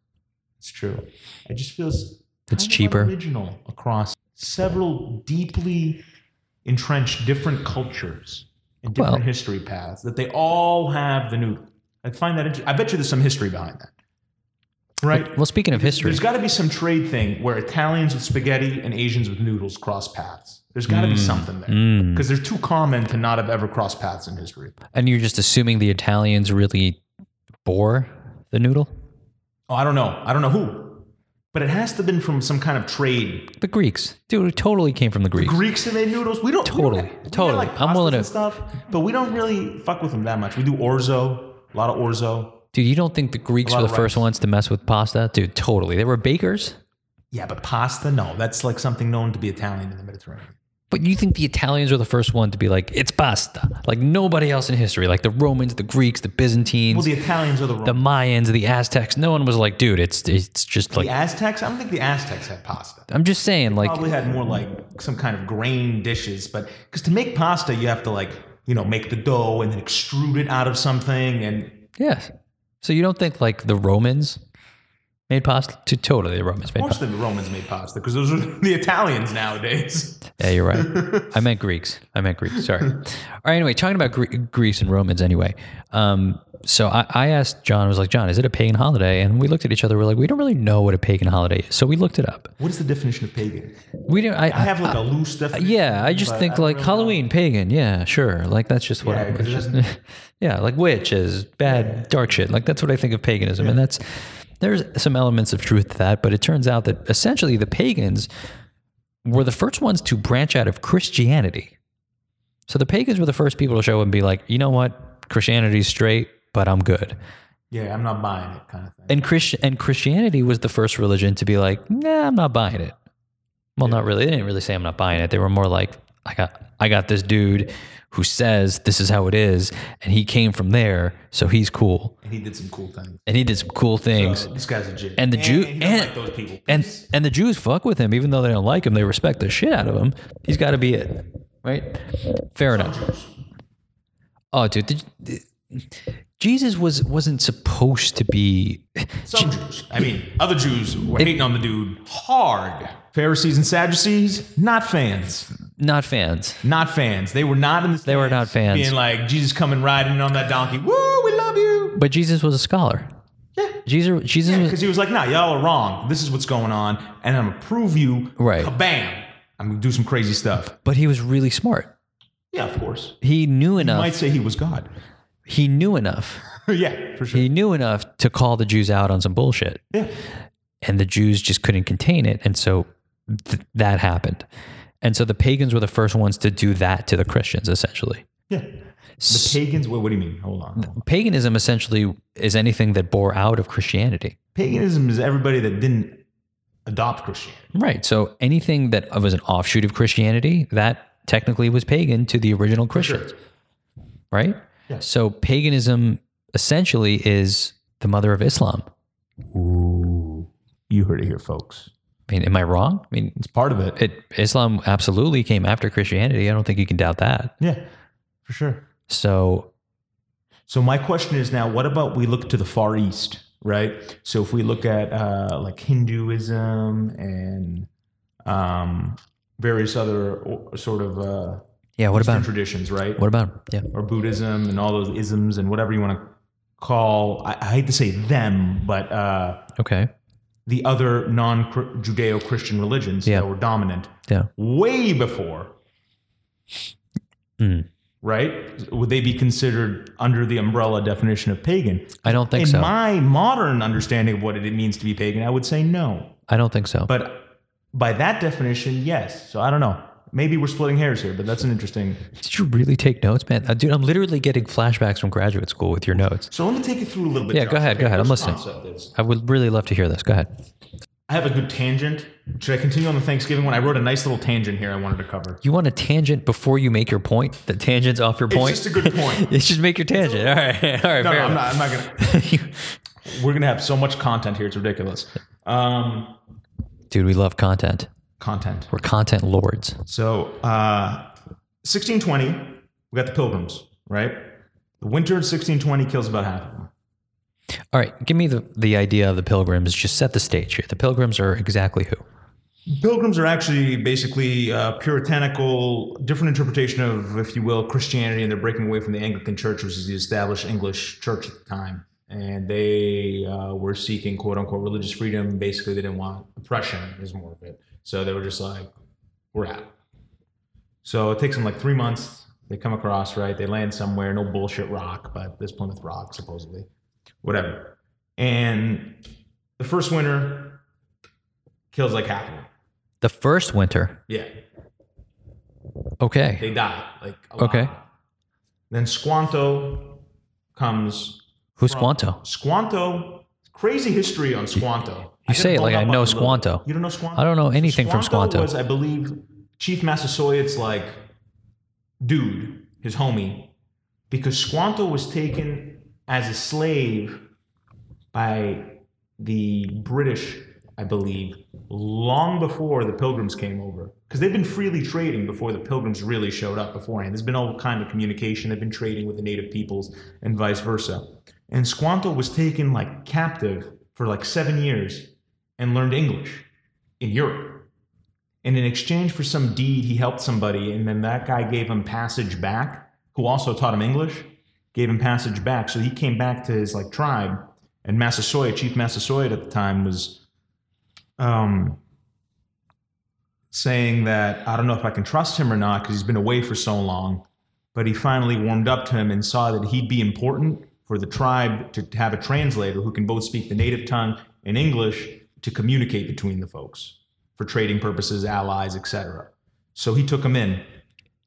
it's true. It just feels kind of cheaper. original across several deeply entrenched different cultures and different Well- history paths that they all have the noodle. I find that interesting. I bet you there's some history behind that, right? Well, speaking of history, There's got to be some trade thing where Italians with spaghetti and Asians with noodles cross paths. There's got to be something there Mm. because they're too common to not have ever crossed paths in history. and you're just assuming the Italians really bore the noodle? Oh, I don't know. I don't know who, but it has to have been from some kind of trade. The Greeks. Dude, it totally came from the Greeks. Greeks that made noodles. We don't we don't- Totally. we got, Totally. like, I'm willing pastas to- and stuff, but we don't really fuck with them that much. We do orzo, a lot of orzo. Dude, you don't think the Greeks were lot the of first rice. ones to mess with pasta? Dude, totally. They were bakers. Yeah, but pasta, no. That's like something known to be Italian in the Mediterranean. But you think the Italians were the first one to be like, it's pasta. Like nobody else in history. Like the Romans, the Greeks, the Byzantines, Well, the Italians are the the Mayans, Romans. the Aztecs. No one was like, dude, it's it's just The, like Aztecs. I don't think the Aztecs had pasta. I'm just saying, like Probably had more like some kind of grain dishes, but because to make pasta, you have to like you know make the dough and then extrude it out of something and yes. So you don't think like the Romans made pasta? To totally, the Romans made Of course, pasta. the Romans made pasta because those are the Italians nowadays. Yeah, you're right. I meant Greeks. I meant Greeks. Sorry. All right. Anyway, talking about Gre- Greece and Romans. Anyway, um, so I, I asked John. I was like, John, is it a pagan holiday? And we looked at each other. We're like, we don't really know what a pagan holiday is. So we looked it up. What is the definition of pagan? We didn't. I, I have like a loose definition. Uh, Yeah, I just but I think don't like really Halloween, pagan. Yeah, sure. Like that's just what. Yeah, I, 'cause it it's just- yeah, like witches, bad, dark shit. Like that's what I think of paganism, and that's there's some elements of truth to that, but it turns out that essentially the pagans were the first ones to branch out of Christianity. So the pagans were the first people to show up and be like, you know what, Christianity's straight, but I'm good. Yeah, I'm not buying it, kind of thing. And Christian and Christianity was the first religion to be like, nah, I'm not buying it. Well, not really. They didn't really say I'm not buying it. They were more like, I got I got this dude who says this is how it is, and he came from there, so he's cool. And he did some cool things. And he did some cool things. So, this guy's a Jew. And the Jew- he don't and- like those people. and and the Jews fuck with him, even though they don't like him, they respect the shit out of him. He's gotta be it. Right? Fair enough. Oh, dude, did, did- Jesus was wasn't supposed to be some Jews. I mean, other Jews were hating on the dude hard. Pharisees and Sadducees, not fans. not fans. Not fans. They were not in the. They were not fans. Being like Jesus coming riding on that donkey. Woo, we love you. But Jesus was a scholar. Yeah. Jesus Jesus was Because he was like, nah, y'all are wrong. This is what's going on, and I'm gonna prove you. Right. Kabam! I'm gonna do some crazy stuff. but he was really smart. Yeah, of course. He knew You enough. might say he was God. he knew enough. yeah, for sure. He knew enough to call the Jews out on some bullshit. Yeah. And the Jews just couldn't contain it. And so th- that happened. And so the pagans were the first ones to do that to the Christians, essentially. yeah. The pagans. What, what do you mean? Hold on. hold on. Paganism essentially is anything that bore out of Christianity. Paganism is everybody that didn't adopt Christianity. Right. So anything that was an offshoot of Christianity, that technically was pagan to the original Christians. right? Yeah. So paganism essentially is the mother of Islam. Ooh, you heard it here, folks. I mean, am I wrong? I mean, It's part of it. it, Islam absolutely came after Christianity. I don't think you can doubt that. yeah, for sure. So, So my question is now: What about we look to the Far East, right? So if we look at uh, like Hinduism and um, various other o- sort of uh, yeah, what about traditions, right? what about yeah? or Buddhism and all those isms and whatever you want to call. I, I hate to say them, but uh, Okay, the other non-Judeo-Christian religions Yeah. that were dominant yeah, way before. Hmm. Right? Would they be considered under the umbrella definition of pagan? I don't think In so. my modern understanding of what it means to be pagan, I would say no. I don't think so. But by that definition, yes. So I don't know. Maybe we're splitting hairs here, but that's an interesting Did you really take notes, man? Uh, dude, I'm literally getting flashbacks from graduate school with your notes. So let me take you through a little bit. Yeah, go Josh. ahead, go ahead. I'm first listening. concept is- I would really love to hear this. Go ahead. I have a good tangent. Should I continue on the Thanksgiving one? I wrote a nice little tangent here I wanted to cover. You want a tangent before you make your point? The tangent's off your point. It's just a good point. It's just make your tangent. All right, all right. No, fair no, I'm enough. not. I'm not gonna. We're gonna have so much content here. It's ridiculous. Um, Dude, we love content. content. We're content lords. So, uh, 1620, we got the Pilgrims, right? The winter in 1620 kills about half of them. All right, give me the, the idea of the pilgrims. Just set the stage here. The pilgrims are exactly who? Pilgrims are actually basically uh, puritanical, different interpretation of, if you will, Christianity, and they're breaking away from the Anglican Church, which is the established English church at the time. And they uh, were seeking quote unquote religious freedom. Basically, they didn't want oppression, is more of it. So they were just like, we're out. So it takes them like three months. They come across, right? They land somewhere, no bullshit rock, but this Plymouth Rock, supposedly. Whatever. And the first winter kills like half of them. The first winter. Yeah, Okay. they die. Like a lot. Okay. Then Squanto comes. Who's Squanto? Squanto. Crazy history on Squanto. You say it like I know Squanto. You don't know Squanto. I don't know anything from Squanto. Was I believe Chief Massasoit's like dude, his homie, because Squanto was taken as a slave by the British, I believe, long before the Pilgrims came over. Because they've been freely trading before the Pilgrims really showed up beforehand. There's been all kind of communication. They've been trading with the native peoples and vice versa. And Squanto was taken like captive for like seven years and learned English in Europe. And in exchange for some deed, he helped somebody, and then that guy gave him passage back, who also taught him English, gave him passage back. So he came back to his like tribe, and Massasoit, Chief Massasoit at the time, was um, saying that I don't know if I can trust him or not because he's been away for so long. But he finally warmed up to him and saw that he'd be important for the tribe to have a translator who can both speak the native tongue and English to communicate between the folks for trading purposes, allies, etc. So he took him in.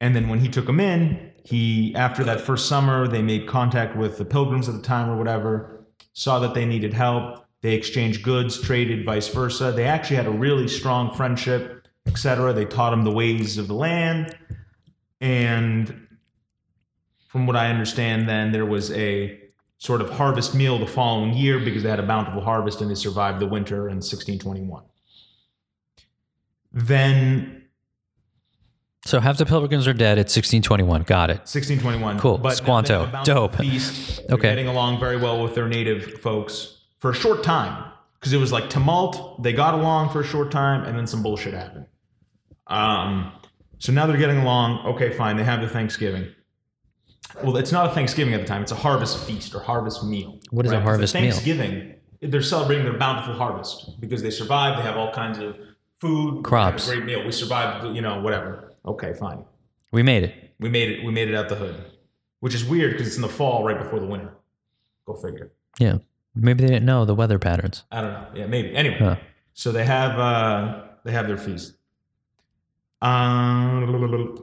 And then when he took him in, he after that first summer, they made contact with the pilgrims at the time or whatever, saw that they needed help. They exchanged goods, traded, vice versa. They actually had a really strong friendship, etc. They taught him the ways of the land. And from what I understand, then there was a sort of harvest meal the following year because they had a bountiful harvest and they survived the winter in 1621. Then So half the pilgrims are dead at 1621. Got it. 1621. Cool. But Squanto. now they have a bountiful Dope. Feast. They're Okay. Getting along very well with their native folks for a short time because it was like tumult. They got along for a short time and then some bullshit happened. Um, so now they're getting along. Okay, fine. They have the Thanksgiving. Well, it's not a Thanksgiving at the time. It's a harvest feast or harvest meal. What is a 'Cause the harvest meal? Thanksgiving, they're celebrating their bountiful harvest because they survived. They have all kinds of food. Crops. They have a great meal. We survived, you know, whatever. Okay, fine. We made it. We made it. We made it out the hood, which is weird because it's in the fall, right before the winter. Go figure. Yeah. Maybe they didn't know the weather patterns. I don't know. Yeah, maybe. Anyway, Huh. so they have uh, they have their feast. Um,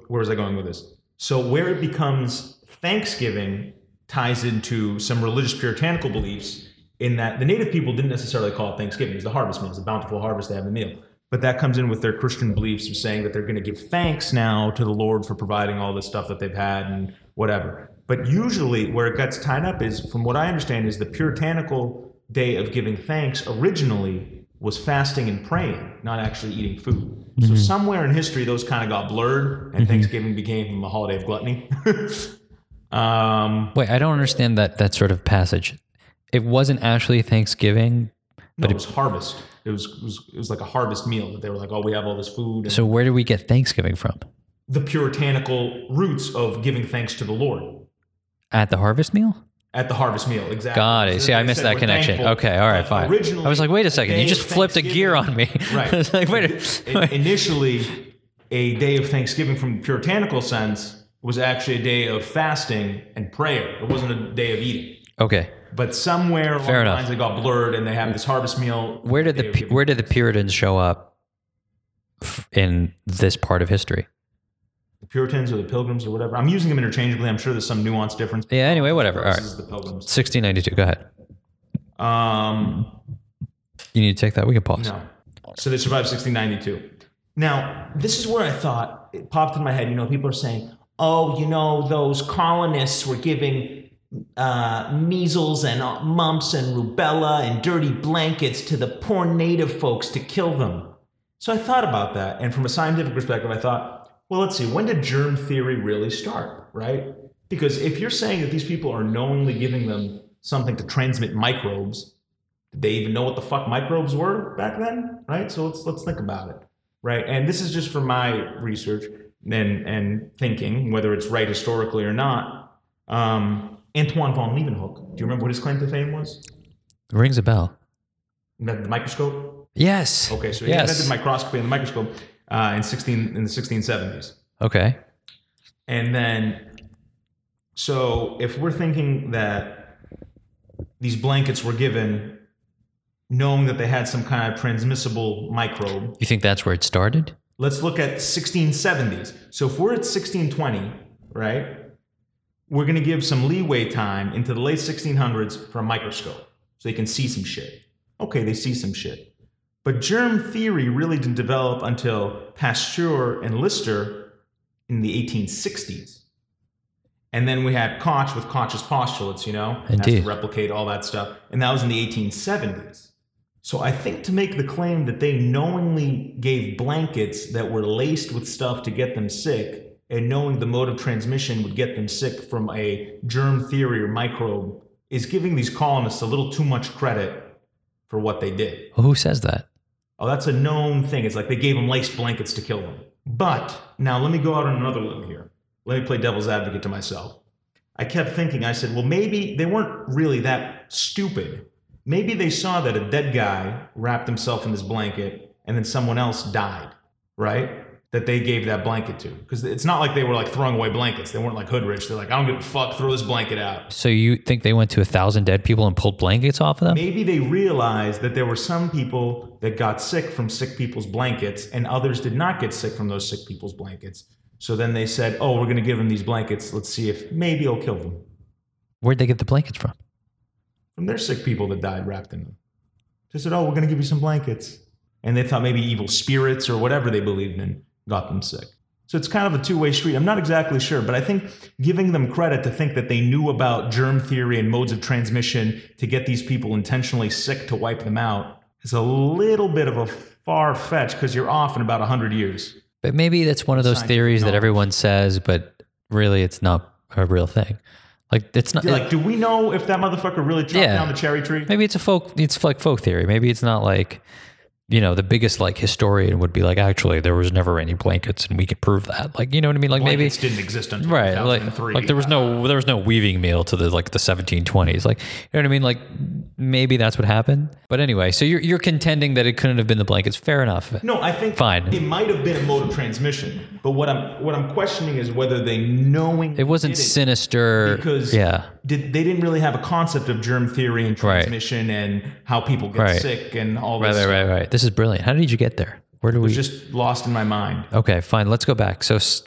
where was I going with this? So where it becomes Thanksgiving ties into some religious puritanical beliefs in that the native people didn't necessarily call it Thanksgiving. It was the harvest meal. It was a bountiful harvest. They have the meal. But that comes in with their Christian beliefs of saying that they're going to give thanks now to the Lord for providing all this stuff that they've had and whatever. But usually, where it gets tied up is, from what I understand, is the puritanical day of giving thanks originally was fasting and praying, not actually eating food. So Mm-hmm. somewhere in history, those kind of got blurred, and Thanksgiving became a holiday of gluttony. um, Wait, I don't understand that that sort of passage. It wasn't actually Thanksgiving. but it was harvest. It was, it was it was like a harvest meal that they were like, oh, we have all this food. And So where do we get Thanksgiving from? the puritanical roots of giving thanks to the Lord At the harvest meal? at the harvest meal. Exactly. Got it. So See, I they missed said, that "We're connection. thankful." Okay, all right, But fine. Originally, I was like, wait a second, day you of just flipped a gear Thanksgiving- on me. Right. I was like, wait, I- initially a day of thanksgiving from the puritanical sense was actually a day of fasting and prayer it wasn't a day of eating okay. but somewhere along Fair the enough. lines they got blurred and they have this harvest meal Where did Day the of Pu- giving where did the Puritans show up f- in this part of history? the puritans or the pilgrims or whatever i'm using them interchangeably i'm sure there's some nuance difference but Yeah. Anyway, whatever. All right. this is the pilgrims 1692. Go ahead. um You need to take that. We can pause. No. So they survived 1692. Now, this is where I thought it popped in my head. You know, people are saying, oh, you know, those colonists were giving uh, measles and uh, mumps and rubella and dirty blankets to the poor native folks to kill them. So I thought about that. And from a scientific perspective, I thought, well, let's see, when did germ theory really start, right? Because if you're saying that these people are knowingly giving them something to transmit microbes, did they even know what the fuck microbes were back then? Right? So let's let's think about it. Right. And this is just from my research and and thinking, whether it's right historically or not. Um, Antoine von Leeuwenhoek, do you remember what his claim to fame was? Rings a bell. Invented The microscope? Yes. Okay, so he yes. invented microscopy and the microscope uh, in sixteen in the sixteen seventies, okay. and then so if we're thinking that these blankets were given, knowing that they had some kind of transmissible microbe, You think that's where it started? let's look at sixteen seventies. So if we're at sixteen twenty, right, we're going to give some leeway time into the late sixteen hundreds for a microscope, so they can see some shit. Okay, they see some shit. But germ theory really didn't develop until Pasteur and Lister in the 1860s. And then we had Koch with Koch's postulates, you know, has to Indeed. replicate all that stuff. And that was in the 1870s. So I think to make the claim that they knowingly gave blankets that were laced with stuff to get them sick, and knowing the mode of transmission would get them sick from a germ theory or microbe, is giving these colonists a little too much credit for what they did. Who says that? Oh, that's a known thing. It's like they gave them lace blankets to kill them. But now let me go out on another limb here. Let me play devil's advocate to myself. I kept thinking, I said, well, maybe they weren't really that stupid. Maybe they saw that a dead guy wrapped himself in this blanket and then someone else died, right? That they gave that blanket to. Because it's not like they were like throwing away blankets. They weren't like hood rich. They're like, I don't give a fuck, throw this blanket out. So you think they went to a thousand dead people and pulled blankets off of them? Maybe they realized that there were some people that got sick from sick people's blankets and others did not get sick from those sick people's blankets. So then they said, oh, we're going to give them these blankets. Let's see if maybe it'll kill them Where'd they get the blankets from? from their sick people that died wrapped in them. They said, oh, we're going to give you some blankets. And they thought maybe evil spirits or whatever they believed in got them sick. So it's kind of a two way street. I'm not exactly sure, but I think giving them credit to think that they knew about germ theory and modes of transmission to get these people intentionally sick to wipe them out is a little bit of a far fetch because you're off in about 100 years. But maybe that's one of those Scientific theories that knowledge. everyone says, but really it's not a real thing. Like it's not. Like, do we know if that motherfucker really chopped Yeah. down the cherry tree? maybe it's a folk. It's like folk theory. Maybe it's not like, you know, the biggest like historian would be like, actually, there was never any blankets, and we could prove that. Like, you know what I mean? Like maybe Blankets didn't exist until right like, 2003. like there was no uh, there was no weaving mill to the like the 1720s like you know what i mean like maybe that's what happened but anyway so you're, you're contending that it couldn't have been the blankets fair enough No, I think Fine. It might have been a mode of transmission, but what I'm what I'm questioning is whether they knowing it wasn't did sinister because yeah did, they didn't really have a concept of germ theory and Right. transmission and how people get Right. sick and all right this. right right right this is brilliant how did you get there where do we It's just lost in my mind. okay fine let's go back so s-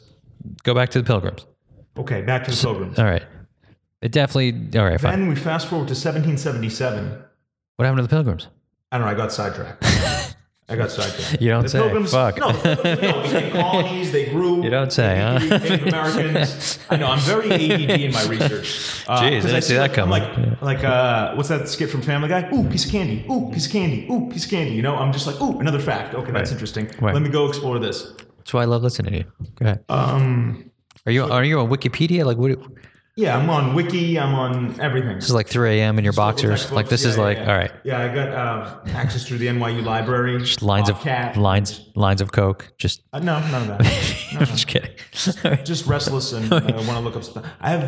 go back to the pilgrims Okay, back to the pilgrims. all right it definitely all right fine Then we fast forward to 1777. what happened to the pilgrims I don't know. I got sidetracked. I got sidetracked. You don't the say. Pilgrims, Fuck. No, the Pilgrims, no, became colonies. They grew. You don't say, they huh? became Native Americans. I know. I'm very ADD in my research. Uh, Jeez, I 'cause didn't see that I'm coming. like, like uh, what's that skit from Family Guy? Ooh, piece of candy. Ooh, piece of candy. Ooh, piece of candy. You know, I'm just like, ooh, another fact. Okay, that's interesting. Right. Let me go explore this. that's why i love listening to you go ahead Um, are you are you on wikipedia like what this yeah, I'm on Wiki. I'm on everything. is like 3 a.m in your Books, boxers textbooks. like this Yeah, is yeah, like yeah. all right Yeah, I got uh, access through the NYU library. lines of Bobcat. lines lines of coke just Uh, no, none of that. just Uh-huh. kidding just restless and I want to look up stuff. I have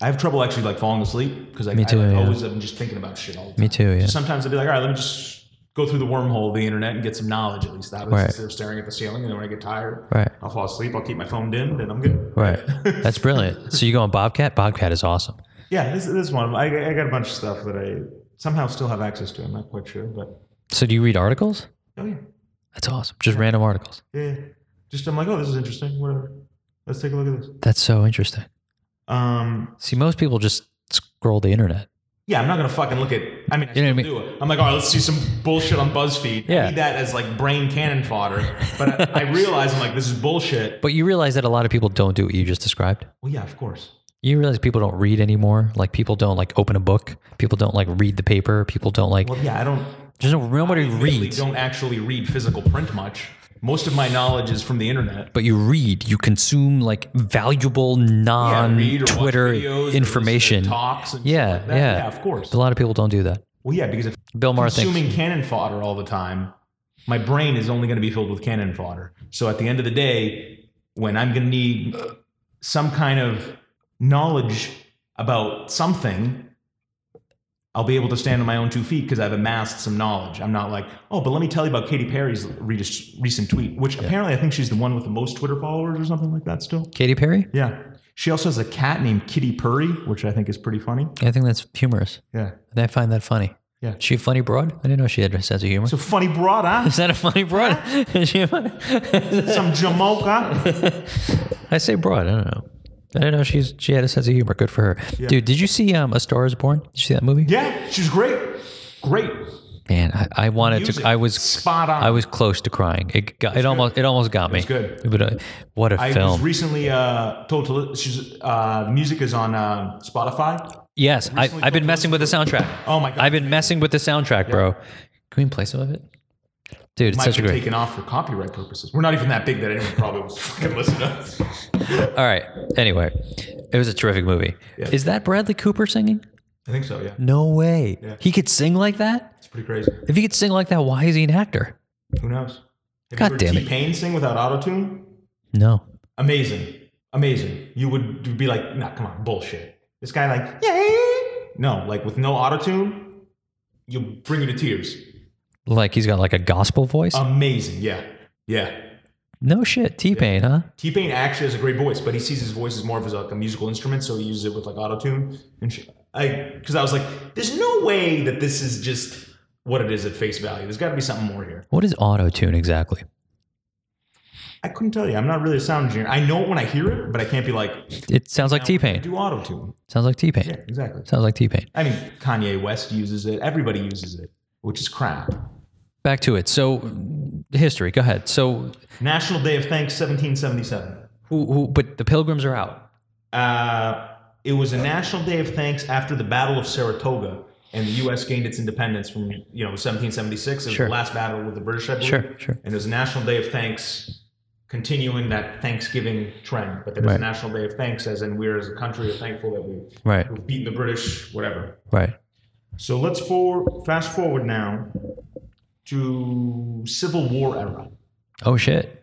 I have trouble actually like falling asleep because I, Me too, I like, yeah. always am just thinking about shit all the time. me too yeah Sometimes I'll be like, all right, let me just go through the wormhole of the internet and get some knowledge at least out of it Right. instead of staring at the ceiling. And then when I get tired, right I'll fall asleep. I'll keep my phone dimmed and I'm good. right that's brilliant so you go on bobcat bobcat is awesome Yeah, this this one I, I got a bunch of stuff that I somehow still have access to. I'm not quite sure, but so do you read articles oh yeah, that's awesome just random articles yeah. Just I'm like, oh, this is interesting. Whatever. Let's take a look at this. that's so interesting Um, see most people just scroll the internet Yeah, I'm not gonna fucking look at. I mean, I You know still what I do it. I'm like, all right, let's see some bullshit on BuzzFeed. I Yeah. need that as like brain cannon fodder. But I, I realize I'm like, this is bullshit. but you realize that a lot of people don't do what you just described Well, yeah, of course. you realize people don't read anymore like people don't like open a book people don't like read the paper people don't like Well, yeah, I don't. there's no, nobody really reads don't actually read physical print much. Most of my knowledge is from the internet. But you read, you consume like valuable non read or watch Twitter videos or listen to information. talks and stuff yeah, like that. yeah, Yeah, of course. A lot of people don't do that. Well, yeah, because if Bill Maher thinks consuming cannon fodder all the time, my brain is only going to be filled with cannon fodder. So at the end of the day, when I'm going to need some kind of knowledge about something, I'll be able to stand on my own two feet because I've amassed some knowledge. I'm not like, oh, but let me tell you about Katy Perry's re- recent tweet, which apparently I think she's the one with the most Twitter followers or something like that still. Katy Perry. Yeah. She also has a cat named Kitty Purry, which I think is pretty funny. I think that's humorous. Yeah. And I find that funny. Yeah. She a funny broad? I didn't know she had a sense of humor. It's a funny broad, huh? Is that a funny broad? Is she a funny- Some Jamocha. I say broad. I don't know. I didn't know she's she had a sense of humor. Good for her, dude. Did you see um, A Star Is Born? Did you see that movie? Yeah, she's great. Great. Man, I, I wanted Music. to. I was spot on. I was close to crying. It got, it almost it almost got me. It's good. But, uh, what a I was film. recently uh, told to li- she's uh, music is on uh, Spotify. yes, I, I've been messing with the soundtrack. Oh my god, I've been messing with the soundtrack, bro. Can we play some of it, dude? It's might such a be great. taken off for copyright purposes. We're not even that big that anyone probably will fucking listen to us. All right. Anyway, it was a terrific movie. Is that Bradley Cooper singing? I think so. Yeah, No way. He could sing like that. it's pretty crazy. If he could sing like that, why is he an actor? Who knows? Have God damn it. T Pain sing without auto tune? No. Amazing, amazing. You would be like, nah, come on, bullshit. This guy like, yay? No, like with no auto tune, you'll bring you to tears. Like he's got like a gospel voice. Amazing. Yeah, yeah. no shit. T Pain, huh? T Pain actually has a great voice, but he sees his voice as more of as like a musical instrument, so he uses it with like auto tune and shit. I because I was like, there's no way that this is just what it is at face value. There's got to be something more here. What is auto tune exactly? I couldn't tell you. I'm not really a sound engineer. I know it when I hear it, but I can't be like It sounds like T I Pain. do auto tune. Sounds like T Pain. Yeah, exactly. Sounds like T Pain. I mean, Kanye West uses it. Everybody uses it, which is crap. Back to it. So, history. Go ahead. So, National Day of Thanks, 1777. who, who? But the Pilgrims are out. Uh, it was a national day of thanks after the Battle of Saratoga, and the U.S. gained its independence from you know 1776. It was Sure. the last battle with the British, I believe. Sure, sure. And it was a national day of thanks, continuing that Thanksgiving trend. But there was Right. a national day of thanks, as in we're as a country are thankful that we Right. we've beaten the British, whatever. Right. So let's forward, fast forward now to Civil War era, Oh shit.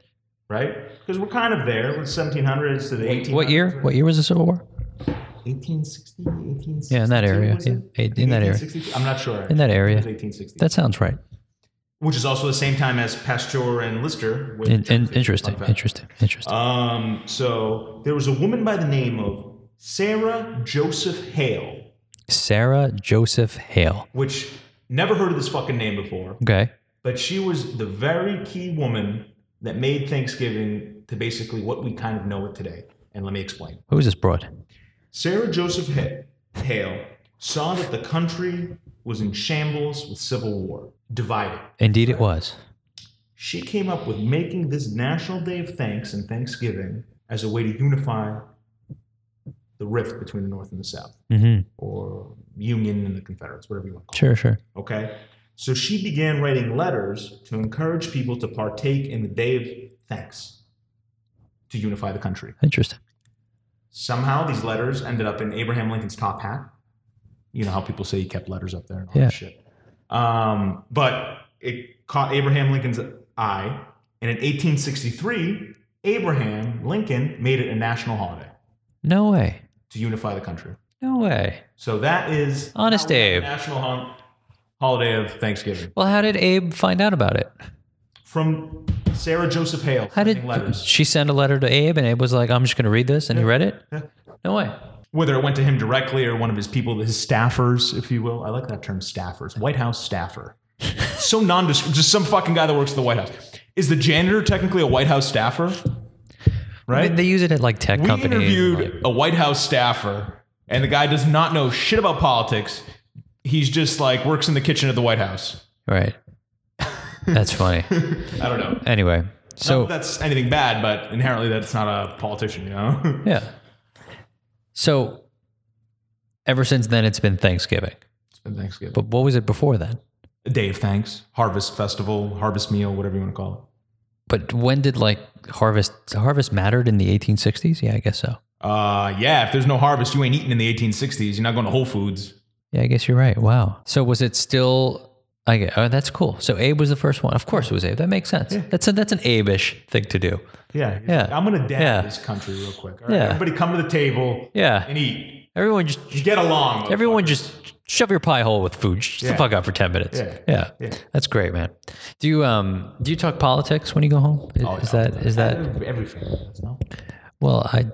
right? Because we're kind of there with 1700s to the 1800s. What year? What year was the Civil War? 1860, 1862. Yeah, in that area, was it? yeah. Eight- in that area. 1862? I'm not sure. In that It was area. 1860. That sounds right. Which is also the same time as Pasteur and Lister. which- In, in, interesting. Fun fact. Interesting. Interesting. Um, so there was a woman by the name of Sarah Joseph Hale, Sarah Joseph Hale. which never heard of this fucking name before, Okay. but she was the very key woman that made Thanksgiving to basically what we kind of know it today. And let me explain. Who is this broad? Sarah Joseph Ha- Hale saw that the country was in shambles with civil war, divided. Indeed, it was. She came up with making this National Day of Thanks and Thanksgiving as a way to unify the rift between the North and the South, Mm-hmm. or Union and the Confederates, whatever you want to call Sure. Sure. it. Okay? So she began writing letters to encourage people to partake in the Day of Thanks to unify the country. Interesting. Somehow these letters ended up in Abraham Lincoln's top hat. You know how people say he kept letters up there and all Yeah. that shit. Um, but it caught Abraham Lincoln's eye. And in 1863, Abraham Lincoln made it a national holiday No way. to unify the country. No way. So that is Honest how we have Abe. a national hon- holiday of Thanksgiving Well, how did Abe find out about it? from Sarah Joseph Hale. How did sending letters? she send a letter to Abe and Abe was like, I'm just going to read this? And he read it? Yeah. No way. Whether it went to him directly or one of his people, his staffers, if you will. I like that term, staffers. White House staffer. so nondescript. Just some fucking guy that works at the White House. Is the janitor technically a White House staffer? They, Right? they use it at like tech we companies. interviewed a White House staffer, and the guy does not know shit about politics. He's just like works in the kitchen at the White House. Right. That's funny. I don't know. Anyway, So so that's anything bad, but inherently that's not a politician, you know? yeah. So ever since then, it's been Thanksgiving. it's been Thanksgiving. But what was it before then? a day of thanks, harvest festival, harvest meal, whatever you want to call But when did like harvest harvest mattered in the 1860s? Yeah, I guess so. Uh, yeah, if there's no harvest, you ain't eating in the 1860s. You're not going to Whole Foods. Yeah, I guess you're right. Wow. So was it still? I get. Oh, that's cool. So Abe was the first one. Of course, it was Abe. That makes sense. That's a, that's an Abeish thing to do. Yeah. Yeah. I'm going to dab Yeah. this country real quick. All right, Yeah. Everybody come to the table Yeah. and eat. Everyone just You get along. everyone just shove your pie hole with food. Shut the Yeah. fuck up for ten minutes. Yeah. Yeah. That's great, man. Do you um do you talk politics when you go home? Oh, Is, is that is that motherfucker. Everything. does, no? Well, I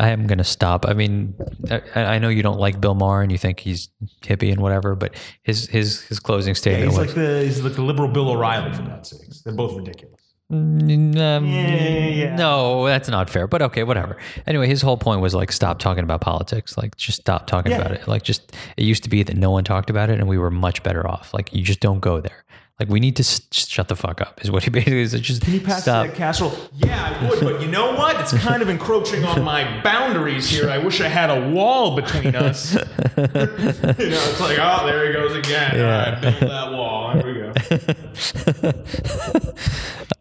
I am going to stop. I mean, I, I know you don't like Bill Maher and you think he's hippie and whatever, but his his his closing Yeah, statement he's was, like the he's like the liberal Bill O'Reilly for God's sakes. They're both ridiculous. "Mm, um, yeah. "No, that's not fair." But okay, whatever. Anyway, his whole point was like, stop talking about politics. Like, just stop talking about it. Like, just it used to be that no one talked about it and we were much better off. Like, you just don't go there. Like, we need to s- just shut the fuck up. Is what he basically said. Just Pass stop. that casserole. Yeah, I would, but you know what? It's kind of encroaching on my boundaries here. I wish I had a wall between us. you know, it's like, oh, there he goes again. All right, build that wall. Here we go. you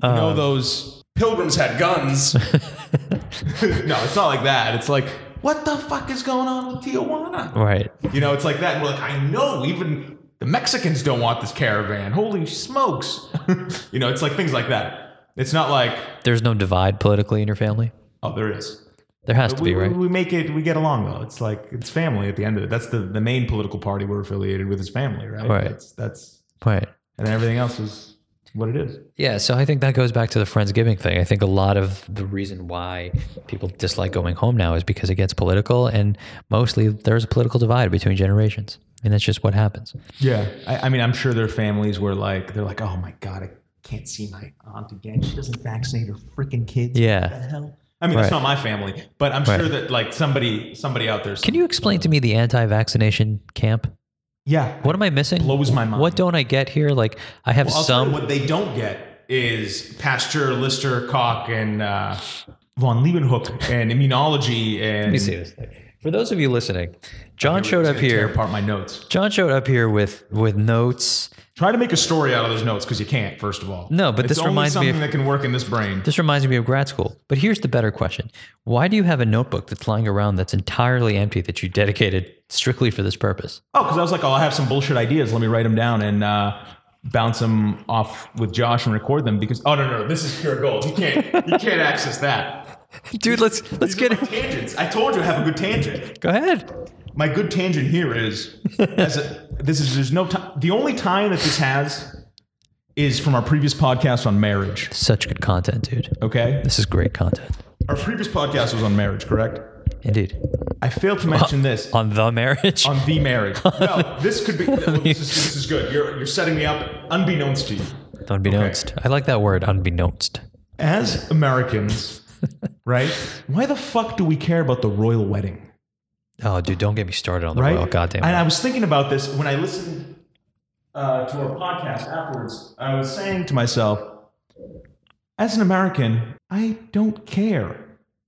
know those pilgrims had guns. no, it's not like that. It's like, what the fuck is going on with Tijuana? Right. You know, it's like that. And we're like, I know, even the Mexicans don't want this caravan. Holy smokes. you know, it's like things like that. It's not like, There's no divide politically in your family. oh, there is. There has to We, be, right? we- we make it, we get along though. It's like, it's family at the end of it. That's the, the main political party we're affiliated with is family, right? Right. That's, that's, Right. and then everything else is what it is. Yeah, so I think that goes back to the Friendsgiving thing. I think a lot of the reason why people dislike going home now is because it gets political, and mostly there's a political divide between generations. And that's just what happens. Yeah. I, I mean, I'm sure there are families where like, they're like, oh my God, I can't see my aunt again. She doesn't vaccinate her freaking kids. What Yeah. the hell? I mean, that's Right. not my family, but I'm Right. sure that like somebody, somebody out there. Can you explain to me the anti vaccination camp? Yeah. What am I missing? blows my mind. What don't I get here? Like, I have I'll tell you some. what they don't get is Pasteur, Lister, Koch, and uh, von Leeuwenhoek, and immunology. And Let me see this thing. For those of you listening, John showed up Tear here. apart my notes. John showed up here with with notes. Try to make a story out of those notes because you can't. First of all, No, but It's this only reminds me something of- that can work in this brain. This reminds me of grad school. But here's the better question Why do you have a notebook that's lying around that's entirely empty that you dedicated strictly for this purpose? Oh, because I was like, oh, I have some bullshit ideas. Let me write them down and uh, bounce them off with Josh and record them. Because oh no, no, no, this is pure gold. You can't, you can't access that. Dude, let's let's These are my tangents. I told you I have a good tangent. Go ahead. my good tangent here is as a, this is there's no time the only time that this has is from our previous podcast on marriage Such good content, dude. okay This is great content. our previous podcast was on marriage correct Indeed. i failed to mention this On the marriage. on the marriage no this could be this is, this is good you're, you're setting me up unbeknownst to you unbeknownst. I like that word, unbeknownst. as americans right why the fuck do we care about the royal wedding Oh, dude, don't get me started on the right? royal goddamn. And I was thinking about this when I listened uh, to our podcast afterwards. I was saying to myself, as an American, I don't care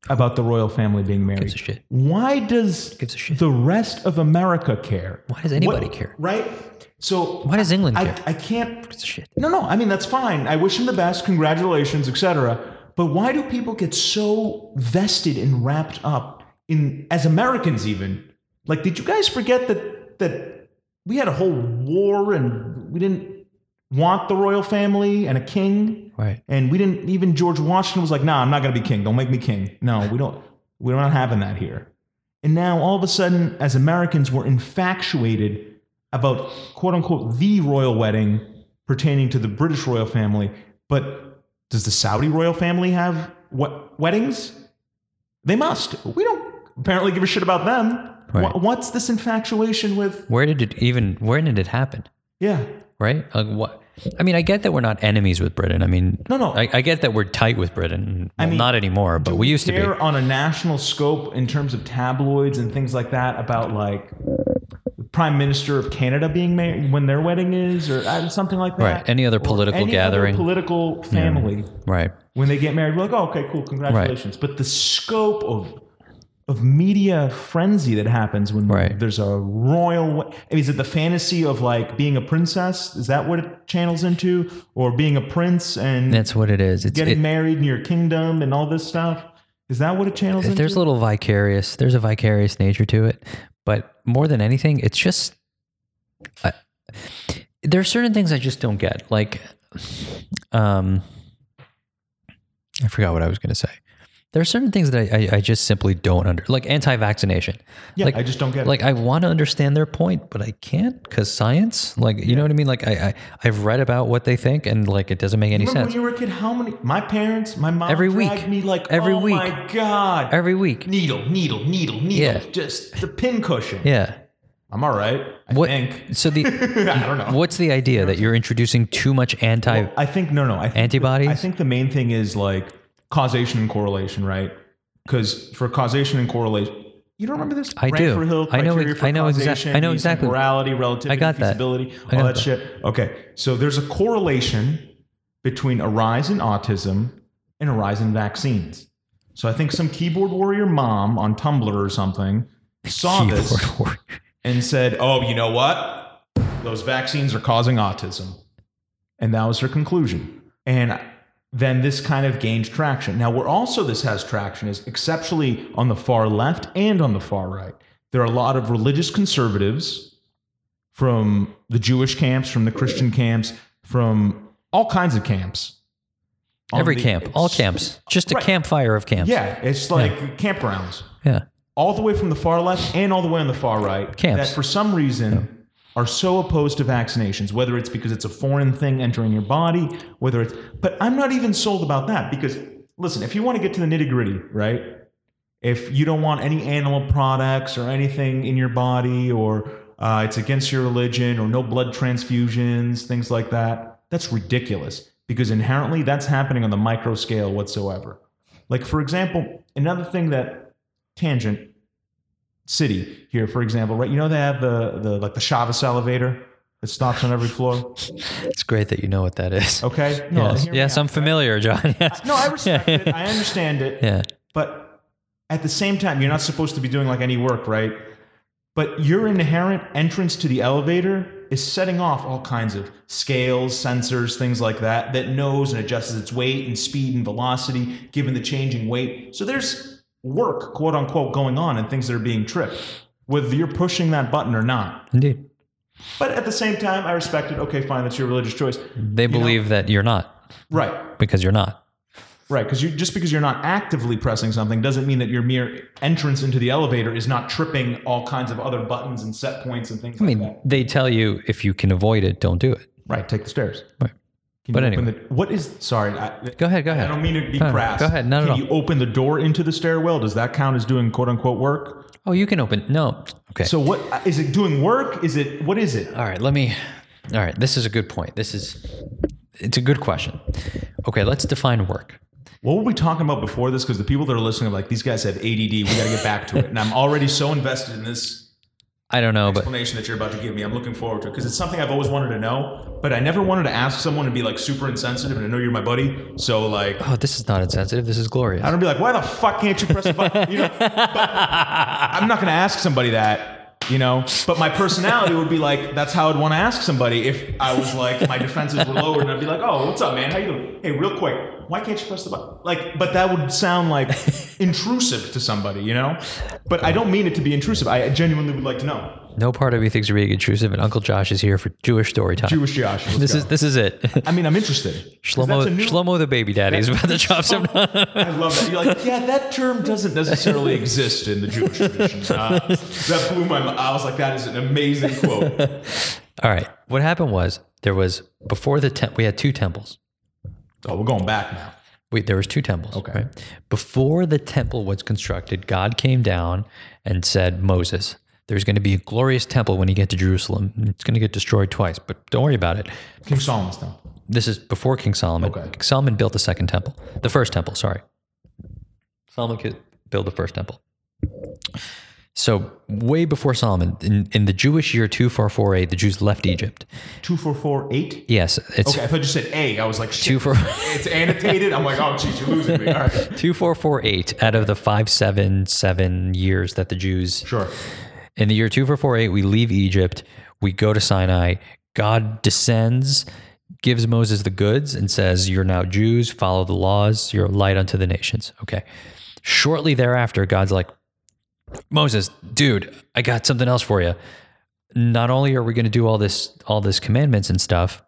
about the royal family being gives a married. shit. Why does Gives a shit. the rest of America care? Why does anybody What- care? Right? So Why does England care? I, I can't. Gives a shit. No, no. I mean that's fine. I wish him the best. Congratulations, etc. But why do people get so vested and wrapped up in as Americans even? Like, did you guys forget that that we had a whole war and we didn't want the royal family and a king, Right. and we didn't even George Washington was like, "Nah, I'm not gonna be king. Don't make me king. No, we don't. We're not having that here." And now all of a sudden, as Americans, we're infatuated about quote unquote the royal wedding pertaining to the British royal family. But does the Saudi royal family have what weddings? They must. We don't apparently give a shit about them. Wha- Right. what's this infatuation with? Where did it even? Where did it happen? Yeah. Right? Like what? I mean, I get that we're not enemies with Britain. I mean, No, no. I, I get that we're tight with Britain. Well, mean, not anymore, but we used to be. care on a national scope in terms of tabloids and things like that about like the prime minister of Canada being married when their wedding is or uh, something like that. Right. Any other Or political any other gathering. political family Right. when they get married. We're like, oh, okay, cool, congratulations. But the scope of of media frenzy that happens when Right. there's a royal. we- I mean, Is it the fantasy of like being a princess? Is that what it channels into, or being a prince and That's what it is. It's getting it, married in your kingdom and all this stuff? Is that what it channels into? there's a little vicarious. There's a vicarious nature to it, but more than anything, it's just I, there are certain things I just don't get. Like, um, I forgot what I was going to say. There are certain things that I, I, I just simply don't under like anti-vaccination. yeah, like- I just don't get it. Like I want to understand their point, but I can't because science. Like you know what I mean. Like I, I I've read about what they think, and like it doesn't make any Remember sense. when you were a kid, how many? My parents, my mom, Every week. dragged me like Every oh week. My God, Every week, needle, needle, needle, needle. Yeah. Just the pincushion. yeah. I'm all right. I What- think. So the I don't know. What's the idea that you're introducing too much anti? I think no, no. I think Antibodies? I think the main thing is like causation and correlation, right? Because for causation and correlation, you don't remember this? I do. Rankford Hill I know criteria ex- for I know exact- causation, I know needs exactly. Morality, relativity, I got that. feasibility, I all got that, that. shit. Okay, so there's a correlation between a rise in autism and a rise in vaccines. So I think some keyboard warrior mom on Tumblr or something saw this Keyboard warrior. and said, "Oh, you know what? Those vaccines are causing autism," and that was her conclusion. And then this kind of gained traction. Now, where also this has traction is exceptionally on the far left and on the far right. There are a lot of religious conservatives from the Jewish camps, from the Christian camps, from all kinds of camps. On Every the- camp, all camps, just a Right. campfire of camps. Yeah, it's like campgrounds yeah. all the way from the far left and all the way on the far right Camps. that for some reason are so opposed to vaccinations whether it's because it's a foreign thing entering your body whether it's but i'm not even sold about that because listen if you want to get to the nitty gritty right if you don't want any animal products or anything in your body or uh, it's against your religion or no blood transfusions things like that that's ridiculous because inherently that's happening on the micro scale whatsoever like for example another thing that tangent city here, for example, right? You know they have the the like the Chavez elevator that stops on every floor. It's great that you know what that is. Okay. yes, Oh, hear me yes out. I'm familiar, John. Yes. No, I respect it. I understand it. yeah. But at the same time, you're not supposed to be doing like any work, right? But your inherent entrance to the elevator is setting off all kinds of scales, sensors, things like that that knows and adjusts its weight and speed and velocity given the changing weight. So there's work, quote unquote, going on and things that are being tripped, whether you're pushing that button or not. Indeed. But at the same time, I respect it. Okay, fine, that's your religious choice. They believe that you're not Right, because you're not. right. Because you just because you're not actively pressing something doesn't mean that your mere entrance into the elevator is not tripping all kinds of other buttons and set points and things I mean, like that. they tell you if you can avoid it, don't do it. Right, take the stairs. Right. Can But you open anyway. the, what is? Sorry, I, Go ahead. Go I ahead. don't mean to be No, no, crass. Go ahead. Not at Can all. you open the door into the stairwell? Does that count as doing quote unquote work? oh, you can open. No. Okay. So what is it doing work? Is it what is it? All right, let me. All right, this is a good point. This is it's a good question. Okay, let's define work. What were we talking about before this? Because the people that are listening are like, these guys have ADD. We got to get back to it. And I'm already so invested in this I don't know, but explanation that you're about to give me. I'm looking forward to it because it's something I've always wanted to know, but I never wanted to ask someone and be like super insensitive. And I know you're my buddy, so like oh, this is not insensitive. This is glorious. I don't be like, why the fuck can't you press a button? You know, but I'm not gonna ask somebody that, you know. But my personality would be like, that's how I'd want to ask somebody if I was like my defenses were lowered, and I'd be like, oh, what's up, man? How you doing? Hey, real quick, why can't you press the button? Like, but that would sound like intrusive to somebody, you know. But I don't mean it to be intrusive. I genuinely would like to know. No part of me thinks you're being intrusive, and Uncle Josh is here for Jewish story time. Jewish Josh. let's this go. is this is it. I mean, I'm interested. 'Cause that's Shlomo, a new- Shlomo the baby daddy is about to chop some. I love that. You're like, yeah, that term doesn't necessarily exist in the Jewish tradition. Uh, that blew my mind. I was like, that is an amazing quote. All right, what happened was there was before the temp we had two temples. Oh, we're going back now. Wait, there was two temples. Okay. right? Before the temple was constructed, God came down and said, Moses, there's going to be a glorious temple when you get to Jerusalem. It's going to get destroyed twice, but don't worry about it. King Solomon's now. This is before King Solomon. Okay. King Solomon built the second temple, the first temple, sorry. Solomon could build the first temple. So way before Solomon, in, in the Jewish year 2448, the Jews left Egypt. 2448? Yes, it's Okay, I thought you said A. I was like, shit. two four It's annotated. I'm like, oh, geez, you're losing me. All right. two four four eight out of the five seven seven years that the Jews Sure. in the year two four four eight we leave Egypt, we go to Sinai. God descends, gives Moses the goods, and says, "You're now Jews. Follow the laws. You're a light unto the nations." Okay. Shortly thereafter, God's like, Moses, dude, I got something else for you. Not only are we going to do all this, all this commandments and stuff,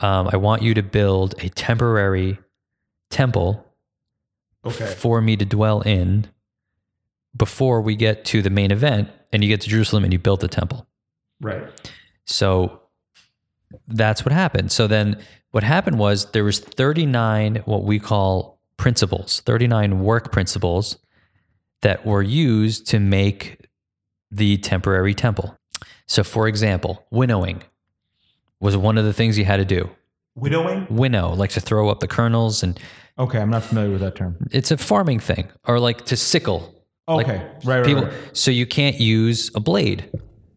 um, I want you to build a temporary temple Okay. for me to dwell in before we get to the main event and you get to Jerusalem and you built the temple. Right. So that's what happened. So then what happened was there was 39 what we call principles, 39 work principles that were used to make the temporary temple. So for example, winnowing was one of the things you had to do. Widowing? Winnow, like to throw up the kernels and Okay, I'm not familiar with that term. it's a farming thing or like to sickle Like, Okay. right, right, people right. so you can't use a blade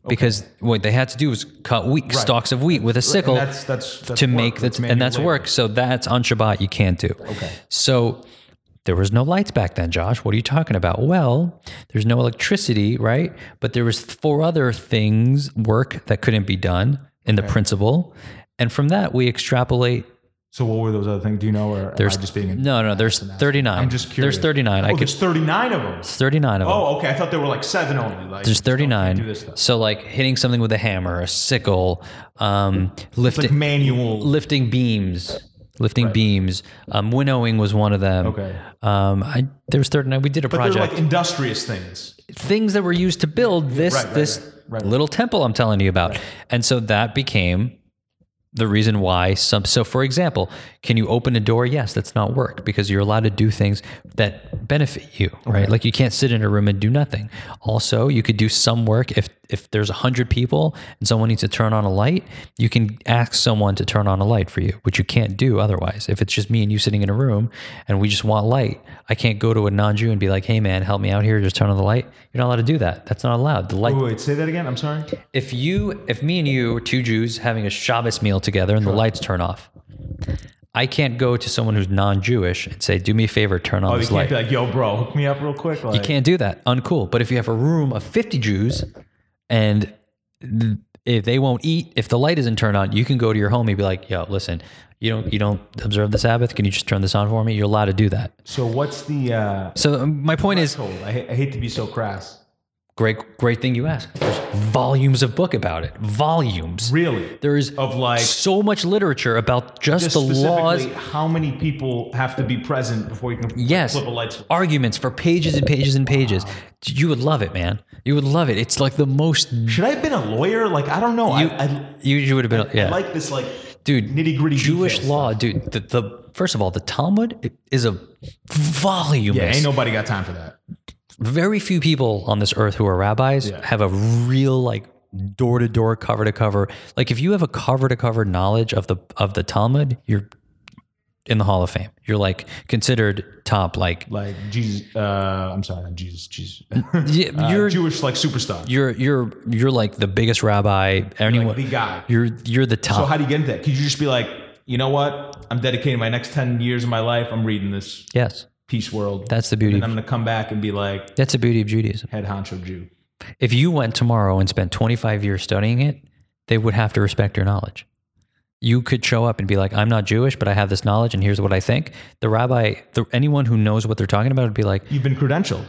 because what they had to do was cut wheat stalks of wheat with a sickle And that's, that's, that's to work. make the manual and that's labor. work so that's on shabbat you can't do Okay. so there was no lights back then josh what are you talking about well there's no electricity right but there was four other things work that couldn't be done in the principle and from that we extrapolate So what were those other things? Do you know? Or am there's I just being? no no there's 39 I'm just curious. there's 39 Oh, i could there's 39 of them. 39 of them Oh, okay. I thought there were like seven only. Like There's Do 39. this stuff. So like hitting something with a hammer, a sickle, um, lifting Like manual. lifting beams, lifting beams. Um, winnowing was one of them. Okay. Um, I, there was 39. We did a They're project. like industrious things. Things that were used to build this Right, right, this right, right, right. little temple I'm telling you about. And so that became the reason why some so for example can you open a door yes that's not work because you're allowed to do things that benefit you right like you can't sit in a room and do nothing also you could do some work if if there's 100 people and someone needs to turn on a light you can ask someone to turn on a light for you which you can't do otherwise if it's just me and you sitting in a room and we just want light i can't go to a non-jew and be like hey man help me out here just turn on the light you're not allowed to do that that's not allowed the light Wait, wait, say that again. I'm sorry. if you, if me and you, are two Jews having a Shabbos meal together and the lights turn off, I can't go to someone who's non-Jewish and say, "Do me a favor, turn on Oh, you this can't light." be like, yo, bro, hook me up real quick. Like, you can't do that. Uncool. But if you have a room of fifty Jews and th- if they won't eat, if the light isn't turned on, you can go to your home and be like, "Yo, listen, you don't you don't observe the Sabbath. Can you just turn this on for me?" You're allowed to do that. So what's the? uh So um, my point is, told? I, ha- I hate to be so crass. great great thing you asked. There's volumes of book about it. Volumes. Really? There is Of like so much literature about just, just the laws, specifically how many people have to be present before you can Yes. flip a light switch. arguments for pages and pages and pages. You would love it, man. You would love it. It's like the most Should I have been a lawyer? Like I don't know. you I, I, you, you would have been I yeah, like this like dude. nitty gritty Jewish law, dude. The, the first of all, the Talmud is a volume. Yeah, ain't nobody got time for that. very few people on this earth who are rabbis have a real like door to door, cover to cover. Like if you have a cover to cover knowledge of the of the Talmud, you're in the Hall of Fame. You're like considered top. Like Like Jesus, uh, I'm sorry, not Jesus, Jesus, y- you're you're Jewish like superstar. you're you're you're like the biggest rabbi. Anyone the guy. you're you're the top. So how do you get into that? Could you just be like, you know what? I'm dedicating my next ten years of my life. I'm reading this yes, Peace World, that's the beauty. and Of, I'm gonna come back and be like that's the beauty of Judaism. head honcho Jew. If you went tomorrow and spent 25 years studying it, they would have to respect your knowledge. You could show up and be like, "I'm not Jewish, but I have this knowledge, and here's what I think." The rabbi, the, anyone who knows what they're talking about, would be like, You've been credentialed.